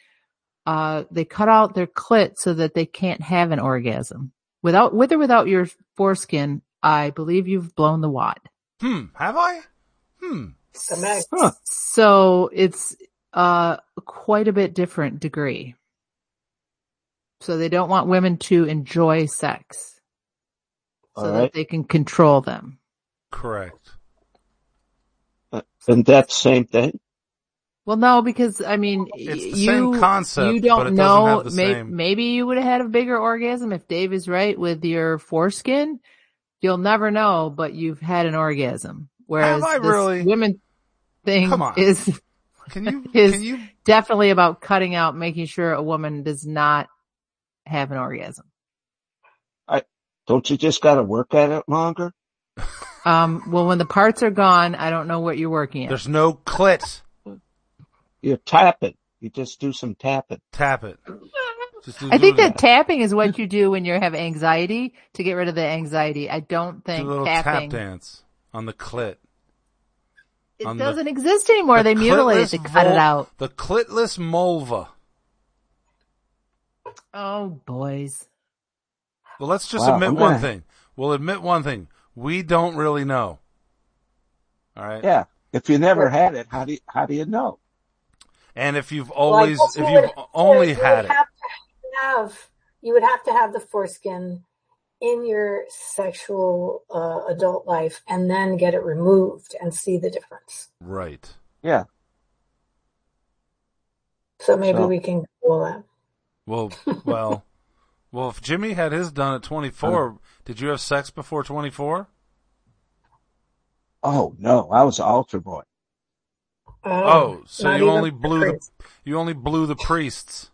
S2: uh, they cut out their clit so that they can't have an orgasm. Without, with or without your foreskin, I believe you've blown the wad.
S3: Hmm. Have I? Hmm.
S1: The mag-
S5: Huh?
S2: So it's uh quite a bit different degree. So they don't want women to enjoy sex so
S5: All
S2: that
S5: right.
S2: they can control them.
S3: Correct.
S5: Uh, and that's same thing.
S2: Well, no, because I mean,
S3: It's
S2: y-
S3: the same
S2: you
S3: concept,
S2: you
S3: but
S2: don't
S3: it doesn't have
S2: know.
S3: the
S2: May,
S3: same-
S2: maybe you would have had a bigger orgasm if Dave is right with your foreskin. You'll never know, but you've had an orgasm. Whereas
S3: I
S2: this
S3: really?
S2: women
S3: Come
S2: thing
S3: on.
S2: is
S3: Can you?
S2: is
S3: can you?
S2: definitely about cutting out, making sure a woman does not have an orgasm.
S5: I don't you just got to work at it longer?
S2: Um, well, when the parts are gone, I don't know what you're working at.
S3: There's no clit.
S5: You're tapping. You just do some tapping.
S3: Tap it. Just do,
S2: I
S3: do
S2: think
S3: a-
S2: that tapping is what you do when you have anxiety to get rid of the anxiety. I don't
S3: do a
S2: think
S3: little tap
S2: tapping.
S3: dance on the clit.
S2: It
S3: on the-
S2: doesn't exist anymore.
S3: The
S2: they mutilate it.
S3: clitless
S2: They cut
S3: vul-
S2: it out.
S3: The clitless mulva.
S2: Oh, boys. Oh,
S3: Well, let's just
S5: Wow,
S3: admit
S5: I'm
S3: one
S5: gonna
S3: thing. we'll admit one thing: we don't really know. All right.
S5: Yeah. If you never had it, how do you, how do you know?
S3: And if you've
S1: Well, I
S3: always,
S1: guess
S3: if
S1: you
S3: you've
S1: would-
S3: only
S1: you would
S3: had it,
S1: have to have you would have to have the foreskin in your sexual uh, adult life, and then get it removed and see the difference.
S3: right?
S5: Yeah.
S1: So maybe
S5: So-
S1: we can Google that.
S3: Well, well, well. If Jimmy had his done at 24, did you have sex before 24?
S5: Oh no, I was an altar boy.
S3: Oh, so
S1: not
S3: you
S1: even
S3: only blew the
S1: crazy.
S3: you only blew the priests.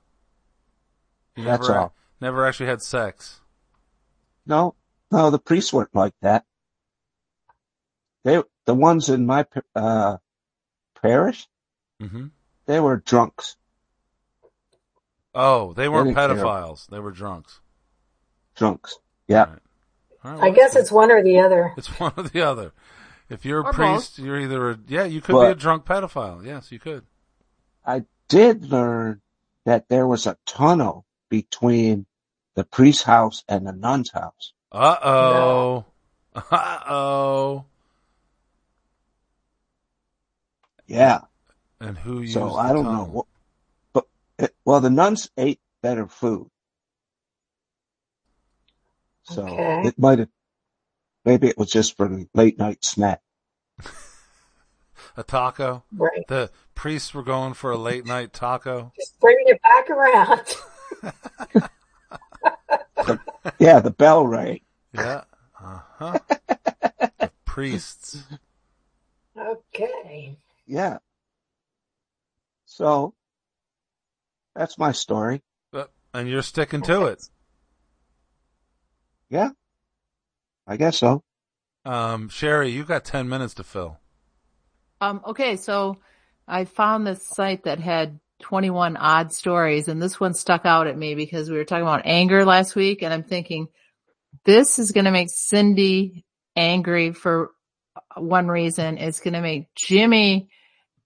S3: You
S5: That's
S3: never,
S5: all.
S3: Never actually had sex.
S5: No, no, the priests weren't like that. They, the ones in my pa- uh, parish, Mm-hmm.
S3: hmm
S5: they were drunks.
S3: Oh, they weren't
S5: didn't care.
S3: pedophiles. They were drunks.
S5: Drunks. Yeah.
S3: All right. All right,
S1: I
S3: well,
S1: guess it's one or the other.
S3: it's one or the other. If you're a
S6: Or
S3: priest, you're either a yeah. You could be
S5: But-
S3: a drunk pedophile. Yes, you could.
S5: I did learn that there was a tunnel between the priest's house and the nun's house.
S3: Uh oh. Uh oh.
S5: Yeah.
S3: And who used
S5: So
S3: the
S5: I don't
S3: tunnel?
S5: know what, but it, well, the nuns ate better food. So
S1: Okay.
S5: it might have, maybe it was just for the late night snack.
S3: A taco.
S1: Right.
S3: The priests were going for a late night taco.
S1: Just bringing it back around.
S5: Yeah. The bell rang.
S3: Yeah. Uh huh. the priests.
S1: okay.
S5: Yeah. So that's my story.
S3: Uh, And you're sticking to it.
S5: Yeah. I guess so.
S3: Um, Sherry, you got ten minutes to fill.
S2: Um, okay, so I found this site that had 21 odd stories and this one stuck out at me because we were talking about anger last week and I'm thinking this is going to make Cindy angry for one reason. It's going to make Jimmy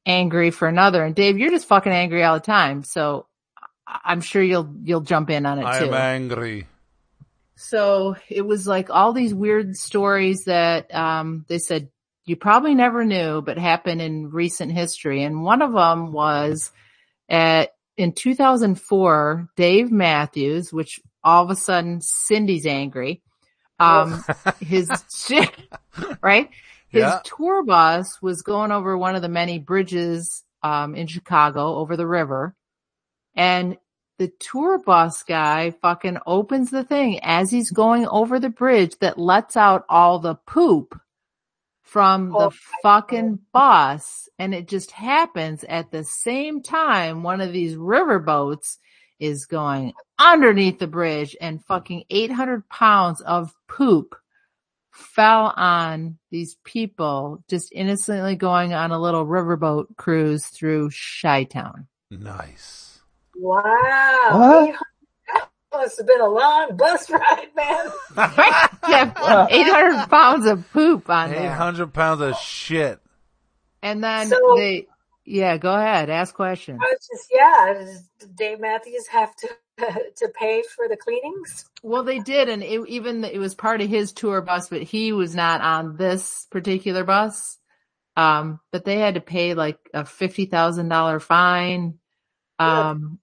S2: angry for another. And Dave, you're just fucking angry all the time. So I- I'm sure you'll, you'll jump in on it
S3: I
S2: too.
S3: am angry.
S2: So it was like all these weird stories that um, they said you probably never knew, but happened in recent history. And one of them was at in 2004, Dave Matthews, which all of a sudden Cindy's angry. Um, his right, his
S3: Yeah.
S2: tour bus was going over one of the many bridges um, in Chicago over the river, and the tour bus guy fucking opens the thing as he's going over the bridge that lets out all the poop from
S1: Oh,
S2: the fucking bus. And it just happens at the same time one of these river boats is going underneath the bridge and fucking 800 pounds of poop fell on these people just innocently going on a little riverboat cruise through Chi Town.
S3: Nice.
S1: Wow.
S5: What?
S1: 800 That must have been a long bus ride, man.
S2: Right? Yeah, 800 pounds of poop on
S3: Eight
S2: there.
S3: hundred pounds of shit.
S2: And then
S1: So-
S2: they, yeah, go ahead, ask questions.
S1: I was just, yeah. does Dave Matthews have to to pay for the cleanings?
S2: Well, they did, and it, even it was part of his tour bus, but he was not on this particular bus. Um, but they had to pay like a fifty thousand dollar fine. Um,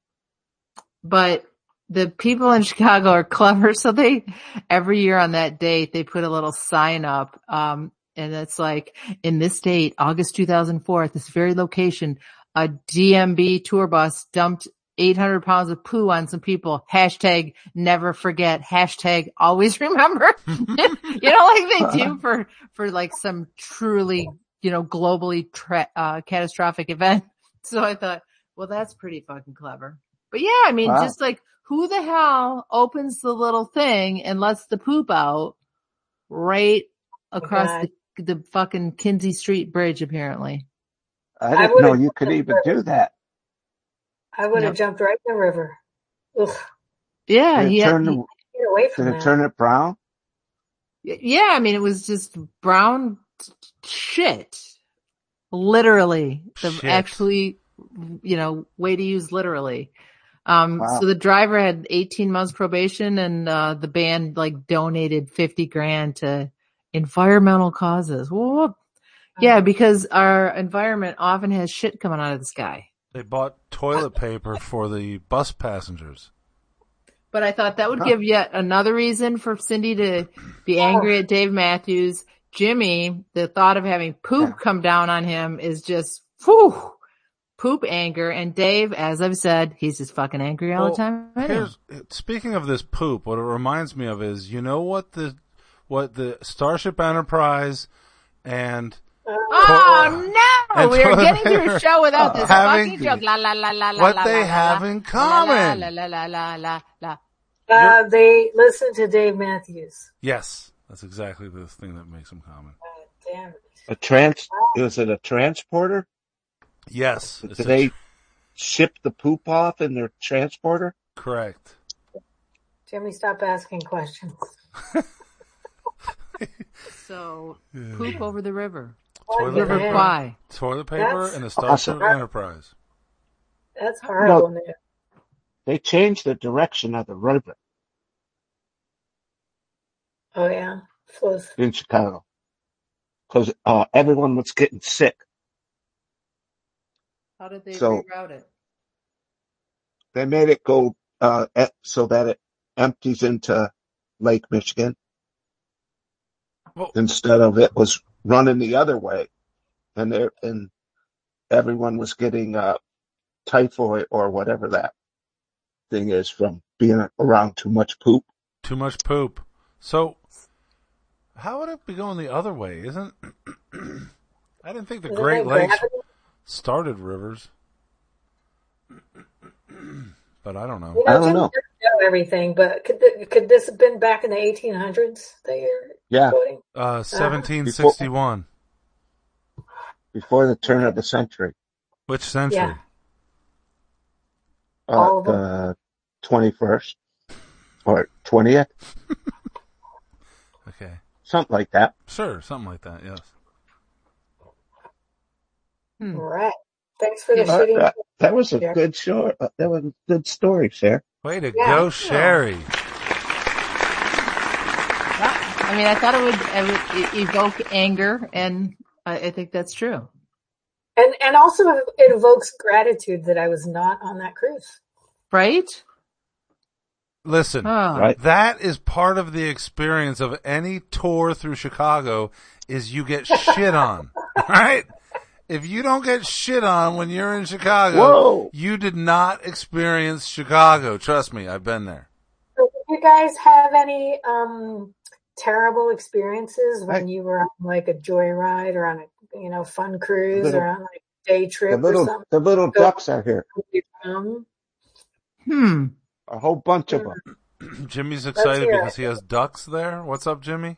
S2: but the people in Chicago are clever, so they every year on that date they put a little sign up, um, and it's like in this date, August two thousand four, at this very location, a DMB tour bus dumped 800 pounds of poo on some people. Hashtag never forget. Hashtag always remember. you know, like they do for, for like some truly, you know, globally tra- uh, catastrophic event. So I thought, well, that's pretty fucking clever. But yeah, I mean,
S5: Wow.
S2: just like who the hell opens the little thing and lets the poop out right across
S1: God.
S2: the, the fucking Kinsey Street Bridge, apparently.
S5: I
S1: I
S5: didn't know
S1: would've-
S5: you could even do that.
S1: I would have
S2: Yep.
S1: jumped right in the river. Ugh,
S2: Yeah.
S5: Did it
S2: he-
S5: turn,
S2: he,
S5: the-
S1: get away
S5: did
S1: from
S5: it
S1: that.
S5: turn it brown?
S2: Y- Yeah, I mean, it was just brown shit. Literally. The
S3: Shit.
S2: actually, you know, way to use literally. Um,
S5: Wow.
S2: so the driver had 18 months probation and, uh, the band like donated 50 grand to environmental causes. Whoop. Yeah, because our environment often has shit coming out of the sky.
S3: They bought toilet paper for the bus passengers.
S2: But I thought that would
S5: Huh.
S2: give yet another reason for Cindy to be
S3: Oh.
S1: Yeah.
S2: angry at Dave Matthews. Jimmy, the thought of having poop
S5: Yeah.
S2: come down on him is just whew, poop anger. And Dave, as I've said, he's just fucking angry all
S3: Well,
S2: the time. anyway.
S3: Here's, speaking of this poop, what it reminds me of is you know what the what the Starship Enterprise and
S2: Oh no!
S3: And
S2: we are
S3: toilet
S2: getting through
S3: paper.
S2: a show without this
S3: Having-
S2: fucking joke. La la la la la.
S3: What
S2: la,
S3: they
S2: la, la,
S3: have
S2: la,
S3: in
S2: la, la,
S3: common.
S2: La la la la la la.
S1: Uh, they listen to Dave Matthews.
S3: yes, that's exactly the thing that makes them common.
S1: God damn it.
S5: A trans is it a transporter?
S3: Yes,
S5: Did
S3: it's a
S5: they
S3: tr-
S5: ship the poop off in their transporter?
S3: correct.
S1: Jimmy, stop asking questions.
S2: So poop over the river.
S1: What the
S3: Toilet
S2: River
S3: paper.
S1: heck?
S2: Kwai.
S3: Toilet paper
S1: That's-
S3: and the Starship
S5: Awesome.
S3: Enterprise.
S1: That's horrible news.
S5: They changed the direction of the river
S1: Oh yeah, flows.
S5: in Chicago because uh, everyone was getting sick.
S2: How did they
S5: So
S2: reroute it?
S5: they made it go uh, e- so that it empties into Lake Michigan
S3: Well,
S5: instead of it was running the other way, and there and everyone was getting uh, typhoid or whatever that thing is from being around too much poop.
S3: too much poop. So how would it be going the other way? Isn't I didn't think the
S1: Isn't
S3: Great
S1: that
S3: Lakes
S1: gravity?
S3: started rivers, but I don't know.
S1: You
S5: I
S1: know,
S5: don't
S1: Jimmy
S5: know.
S1: doesn't know everything, but could th- could this have been back in the 1800s that you're
S5: Yeah,
S1: quoting?
S3: Uh, seventeen
S5: before
S3: sixty-one.
S5: before the turn of the century,
S3: Which
S1: Yeah,
S3: century?
S5: uh,
S1: all of them.
S5: the twenty first or twentieth,
S3: Okay,
S5: something like that.
S3: sure, something like that. Yes.
S2: Hmm.
S1: All right. Thanks for the
S2: Yeah.
S5: Uh,
S1: shitty.
S5: that, that was a
S1: Yeah.
S5: good show. Uh, that was a good story, Sarah.
S3: Way to
S1: Yeah.
S3: go, Sherry.
S2: That- I mean, I thought it would, it would e, evoke anger, and I, I think that's true.
S1: And and also it evokes gratitude that I was not on that cruise.
S2: Right?
S3: Listen,
S2: Oh.
S5: Right?
S3: that is part of the experience of any tour through Chicago is you get shit on, right? If you don't get shit on when you're in Chicago,
S5: Whoa!
S3: you did not experience Chicago. Trust me, I've been there.
S1: So did you guys have any um terrible experiences
S5: Hey,
S1: when you were on like a joyride or on a you know fun
S5: the
S1: cruise or
S5: little
S1: on like a day
S5: the
S1: trip or
S5: little
S1: something?
S5: the little
S1: Go
S5: ducks are here.
S1: um,
S2: Hmm.
S5: A whole bunch of them.
S3: Jimmy's
S1: let's
S3: excited
S1: hear
S3: because he has ducks there. What's up, Jimmy?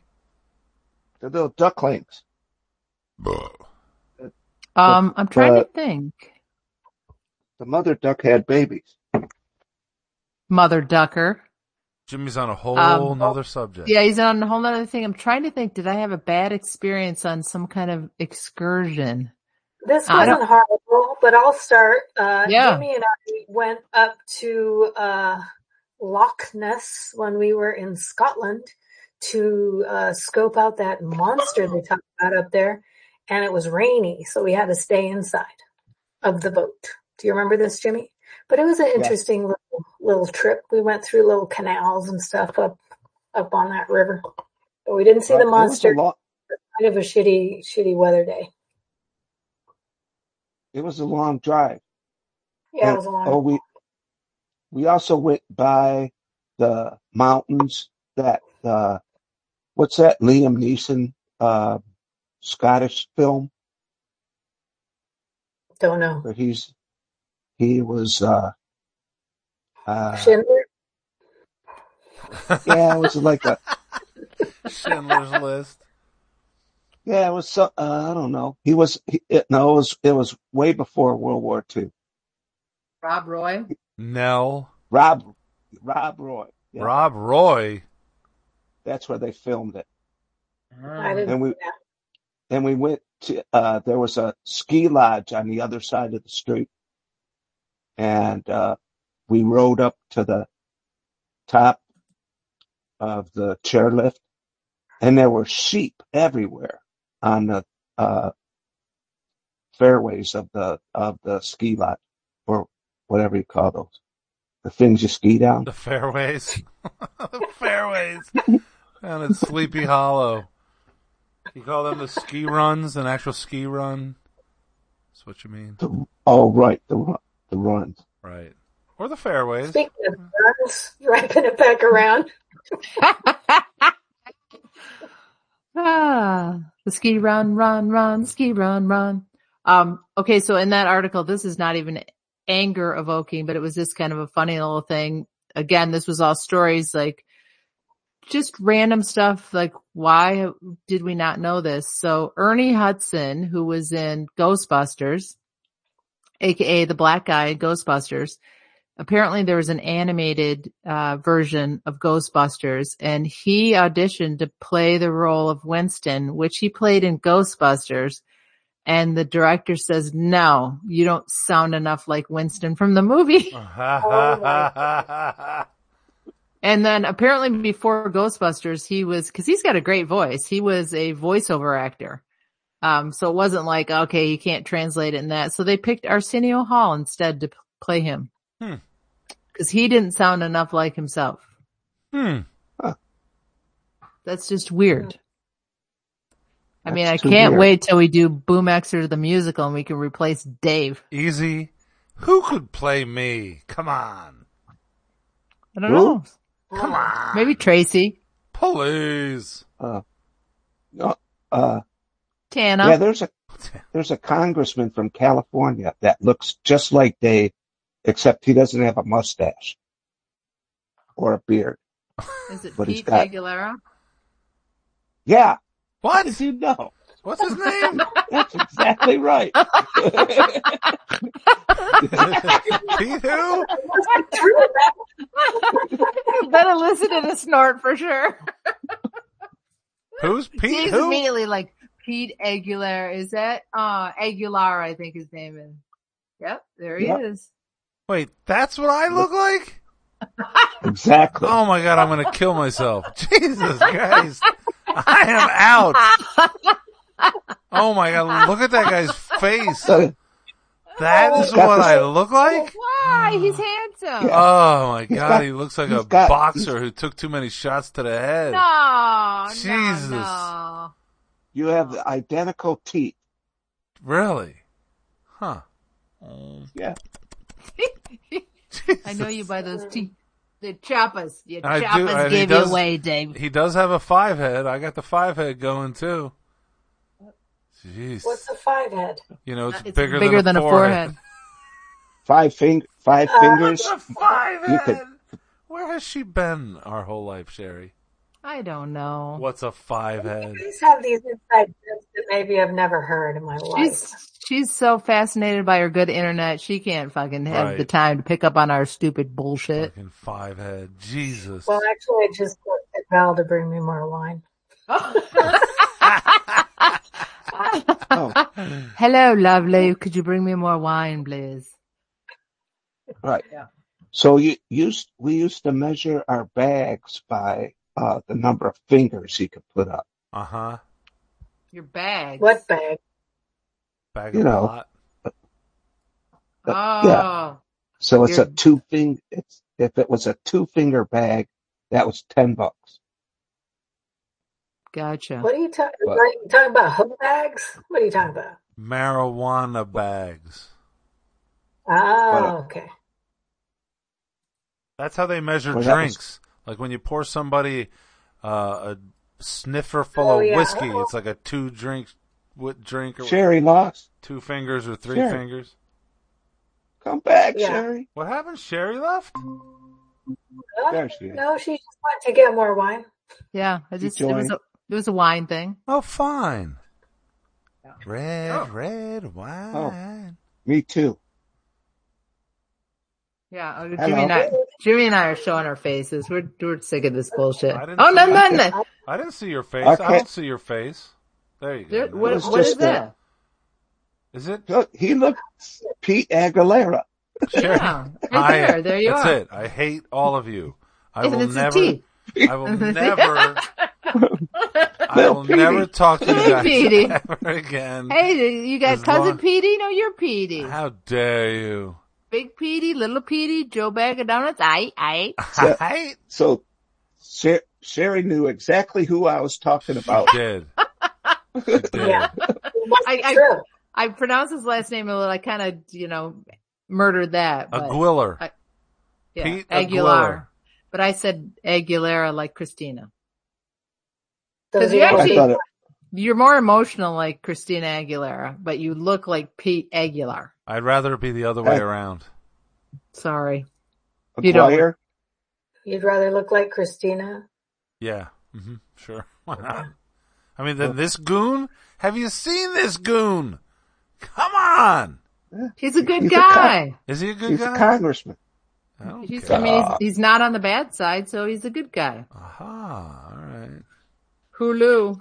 S5: The little ducklings. The the,
S2: Um, I'm trying to
S5: the,
S2: think.
S5: the mother duck had babies.
S2: Mother Ducker.
S3: Jimmy's on a whole
S2: Um,
S3: nother subject.
S2: yeah, he's on a whole nother thing. I'm trying to think, did I have a bad experience on some kind of excursion?
S1: it. This
S2: I
S1: wasn't
S2: don't,
S1: horrible, but I'll start. Uh,
S2: yeah.
S1: Jimmy and I went up to uh, Loch Ness when we were in Scotland to uh, scope out that monster they talked about up there, and it was rainy, so we had to stay inside of the boat. Do you remember this, Jimmy? But it was an
S5: Yeah.
S1: interesting little, little trip. We went through little canals and stuff up up on that river, but we didn't see the
S5: Right. It was a
S1: monster.
S5: long
S1: Kind of a shitty, shitty weather day.
S5: it was a long drive.
S1: Yeah, it
S5: And
S1: was a long.
S5: oh we we also went by the mountains that uh what's that Liam Neeson uh Scottish film
S1: Don't know.
S5: where he's he was uh uh
S1: Schindler.
S5: yeah, it was like a
S3: Schindler's List.
S5: Yeah, it was so. Uh, I don't know. He was. He, it, no, it was. It was way before World War II.
S2: Rob Roy.
S3: Nell.
S5: Rob, Rob Roy. Yeah,
S3: Rob Roy.
S5: that's where they filmed it.
S2: Mm.
S1: I didn't.
S5: And we
S1: Yeah.
S5: and we went to. Uh, there was a ski lodge on the other side of the street, and uh, we rode up to the top of the chairlift and there were sheep everywhere on the uh, fairways of the of the ski lot or whatever you call those the things you ski down
S3: The fairways. the fairways. Down at Sleepy Hollow. You call them the ski runs, an actual ski run? That's what you mean.
S5: the, oh right the ru- the runs
S3: Right. Or the fairways.
S1: Speaking of
S2: Mm-hmm.
S1: guns, you're wrapping it back around.
S2: ah, the ski run, run, run, ski run, run. Um, okay. So in that article, this is not even anger evoking, but it was just kind of a funny little thing. Again, this was all stories like just random stuff. Like why did we not know this? So Ernie Hudson, who was in Ghostbusters, aka the black guy in Ghostbusters, apparently there was an animated uh, version of Ghostbusters and he auditioned to play the role of Winston, which he played in Ghostbusters. And the director says, no, you don't sound enough like Winston from the movie. And then apparently before Ghostbusters, he was, cause he's got a great voice. He was a voiceover actor. Um, so it wasn't like, okay, you can't translate it in that. So they picked Arsenio Hall instead to p- play him.
S3: Hmm.
S2: Cause he didn't sound enough like himself.
S3: hmm.
S2: That's just weird. I mean,
S5: That's
S2: I
S5: too
S2: can't
S5: weird.
S2: wait till we do Boom Xer the musical and we can replace Dave.
S3: Easy. Who could play me? Come on.
S2: I don't
S5: Who?
S2: know.
S3: Come on.
S2: Maybe Tracy,
S3: Please.
S5: uh, no, uh,
S2: Tana.
S5: yeah there's a there's a congressman from California that looks just like Dave except he doesn't have a mustache or a beard
S2: Is it
S5: but he's
S2: Pete
S5: got
S2: Aguilera?
S5: yeah how
S3: What?
S5: did you know
S3: What's his name?
S5: that's exactly right
S3: Pete who?
S1: It wasn't true about
S2: that elicited a snort for sure.
S3: Who's Pete
S2: Dave's
S3: who?
S2: immediately like, Pete Aguilera, is that, uh, Aguilar, I think his name is. Yep, there he
S5: Yep.
S2: is.
S3: Wait, that's what I look like?
S5: exactly
S3: Oh my god, I'm gonna kill myself. Jesus Christ. I am out. Oh my god, look at that guy's face.
S5: So-
S3: That
S5: He's
S3: is
S5: got
S3: what
S5: this-
S3: I look like?
S2: Why? He's handsome.
S5: Yeah.
S3: Oh my
S5: He's
S3: god,
S5: got-
S3: he looks like
S5: he's
S3: a
S5: got-
S3: boxer who took too many shots to the head.
S2: No,
S3: Jesus.
S2: no, no.
S5: you have the identical teeth.
S3: Really? Huh. Mm.
S5: Yeah.
S2: I know you
S3: Jesus.
S2: by those teeth. The choppers. Your
S3: I do,
S2: choppers
S3: and he
S2: gave
S3: does-
S2: you away, Dave.
S3: He does have a five head. I got the five head going too. Jeez.
S1: what's a five head?
S3: You know, it's,
S2: It's
S3: bigger, than, a forehead.
S5: Five fing- five
S1: Uh,
S5: fingers.
S3: Oh, The five
S5: You could
S3: head! Where has she been our whole life, Sherry?
S2: I don't know.
S3: What's a five head?
S1: You guys have these inside jokes that maybe I've never heard in my life.
S2: She's she's so fascinated by her good internet, she can't fucking have
S3: Right.
S2: the time to pick up on our stupid bullshit.
S3: Fucking five head. Jesus.
S1: Well, actually, I just got Val to bring me more wine.
S5: oh
S2: Hello, lovely. Could you bring me more wine, please?
S5: right.
S2: Yeah.
S5: So you used we used to measure our bags by uh the number of fingers you could put up.
S3: Uh huh.
S2: Your bags.
S1: What bag?
S3: Bag
S5: You
S3: of
S5: know.
S3: pot.
S5: But, yeah.
S2: Oh,
S5: So it's
S2: your
S5: a two fing it's if it was a two finger bag, that was ten bucks.
S2: gotcha.
S1: What are you talking?
S5: But
S1: Are you talking about hook bags? What are you talking about?
S3: Marijuana bags.
S5: but uh,
S1: Oh, okay.
S3: That's how they measure
S5: well that was
S3: drinks. Like when you pour somebody uh, a sniffer full
S1: Oh
S3: of
S1: yeah.
S3: whiskey, it's like a two drink, what drink or
S5: Sherry lost.
S3: two fingers or three
S5: Sherry.
S3: fingers.
S5: Come back,
S1: Yeah.
S5: Sherry.
S3: What happened? Sherry left.
S5: There she is.
S1: No, she just went to get more wine.
S2: Yeah, I
S5: She
S2: just it was
S5: joined.
S2: a it was a wine thing.
S3: Oh, fine.
S2: Yeah.
S3: Red,
S2: Oh.
S3: red wine.
S5: Me too.
S2: Yeah, oh, Jimmy
S5: Hello.
S2: and I, Jimmy and I are showing our faces. We're we're sick of this bullshit.
S3: I didn't
S2: Oh
S3: see
S2: no
S3: your-
S2: no
S5: Okay.
S2: no!
S3: I didn't see your face. I
S5: Okay.
S3: don't see your face. There you go.
S2: There,
S5: It
S3: Now.
S2: what
S5: was
S2: what is
S5: just a
S2: that?
S3: Is it?
S5: Look, he looked Pete Aguilera.
S3: Sherry,
S2: Yeah, right
S3: I-
S2: there. There you
S3: that's
S2: are.
S3: it. I hate all of you. I
S2: It's-
S3: will
S2: it's a
S3: never.
S2: T.
S3: I will never. I
S5: Little
S3: will
S5: Petey.
S3: never talk to you
S2: Little
S3: guys
S2: Petey.
S3: ever again.
S2: Hey, you got
S3: As
S2: cousin
S3: long-
S2: Petey? No, you're Petey.
S3: How dare you?
S2: Big Petey, little Petey, Joe Bag of Donuts. I, I.
S5: So-
S3: I
S5: So Sher- Sherry knew exactly who I was talking about.
S3: did. She did.
S1: Yeah. It must
S2: I-
S1: be
S2: I-
S1: true.
S2: I pronounced his last name a little. I kind of, you know, murdered that. But,
S3: Aguilar.
S2: I- yeah,
S3: Pete Aguilar.
S2: Aguilar. But I said Aguilera like Christina.
S1: Those
S2: 'Cause
S1: are
S2: you
S1: the
S5: I
S2: actually-
S1: only-
S5: thought it,
S2: You're more emotional like Christina Aguilera, but you look like Pete Aguilar.
S3: I'd rather it be the other
S5: Uh,
S3: way around.
S2: Sorry. You don't-
S5: Aguirre.
S1: You'd rather look like Christina.
S3: Yeah. hmm Sure. Why not? I mean,
S5: Uh,
S3: then this goon. Have you seen this goon? Come on.
S2: He's a good
S5: He's a
S2: guy.
S3: Is he a good
S5: He's a
S3: guy?
S5: congressman.
S3: I don't
S2: he's,
S3: care.
S2: I mean, he's, he's not on the bad side, so he's a good guy.
S3: Aha. All right.
S2: Hulu.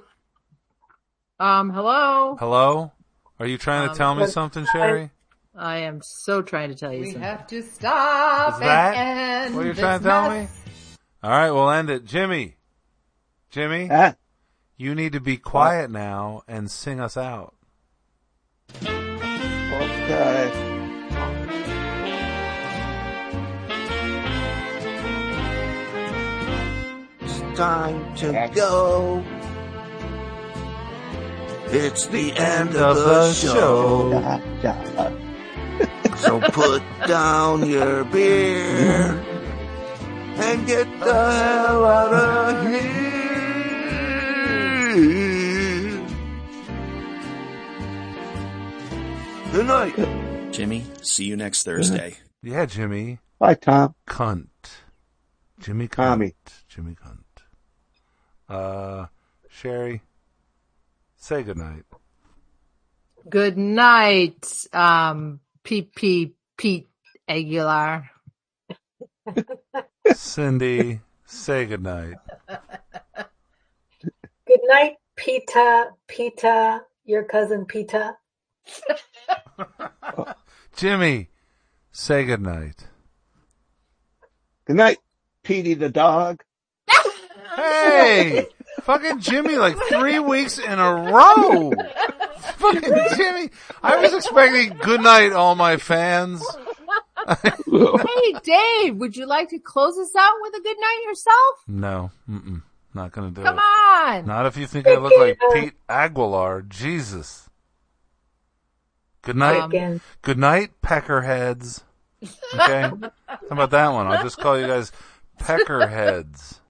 S2: Um, hello.
S3: Hello? Are you trying
S2: Um,
S3: to tell me
S1: but-
S3: something, Sherry?
S2: I am so trying to tell you
S6: We
S2: something.
S6: have to stop
S3: Is that
S6: and end
S3: what you're
S6: this
S3: trying to tell me?
S6: mess.
S3: All right, we'll end it. Jimmy, Jimmy,
S5: Huh?
S3: you need to be quiet now and sing us out.
S5: Okay.
S4: It's time to
S5: That's-
S4: go. It's the end
S3: End
S4: of the show.
S5: Da, da.
S4: So put down your beer and get the hell out of here. Good night.
S7: Jimmy, see you next Thursday.
S3: Yeah, Jimmy.
S5: Bye, Tom.
S3: Cunt. Jimmy Cunt.
S5: Tommy.
S3: Jimmy Cunt. Uh, Sherry, say goodnight.
S2: Good night, um, PP Pete Aguilar.
S3: Cindy, say goodnight.
S1: Good night, Pita. Pita, your cousin Pita.
S3: Jimmy, say goodnight.
S5: Good night, Petey the dog.
S3: Hey! Fucking Jimmy, like three weeks in a row! Fucking Jimmy! I was expecting good night, all my fans.
S2: Hey, Dave, would you like to close us out with a good night yourself?
S3: No, mm-mm, not gonna do
S2: Come
S3: it.
S2: on.
S3: Not if you think I look like Pete Aguilar. Jesus. Good night.
S2: Um,
S1: Again.
S3: good night, peckerheads. Okay? How about that one? I'll just call you guys peckerheads.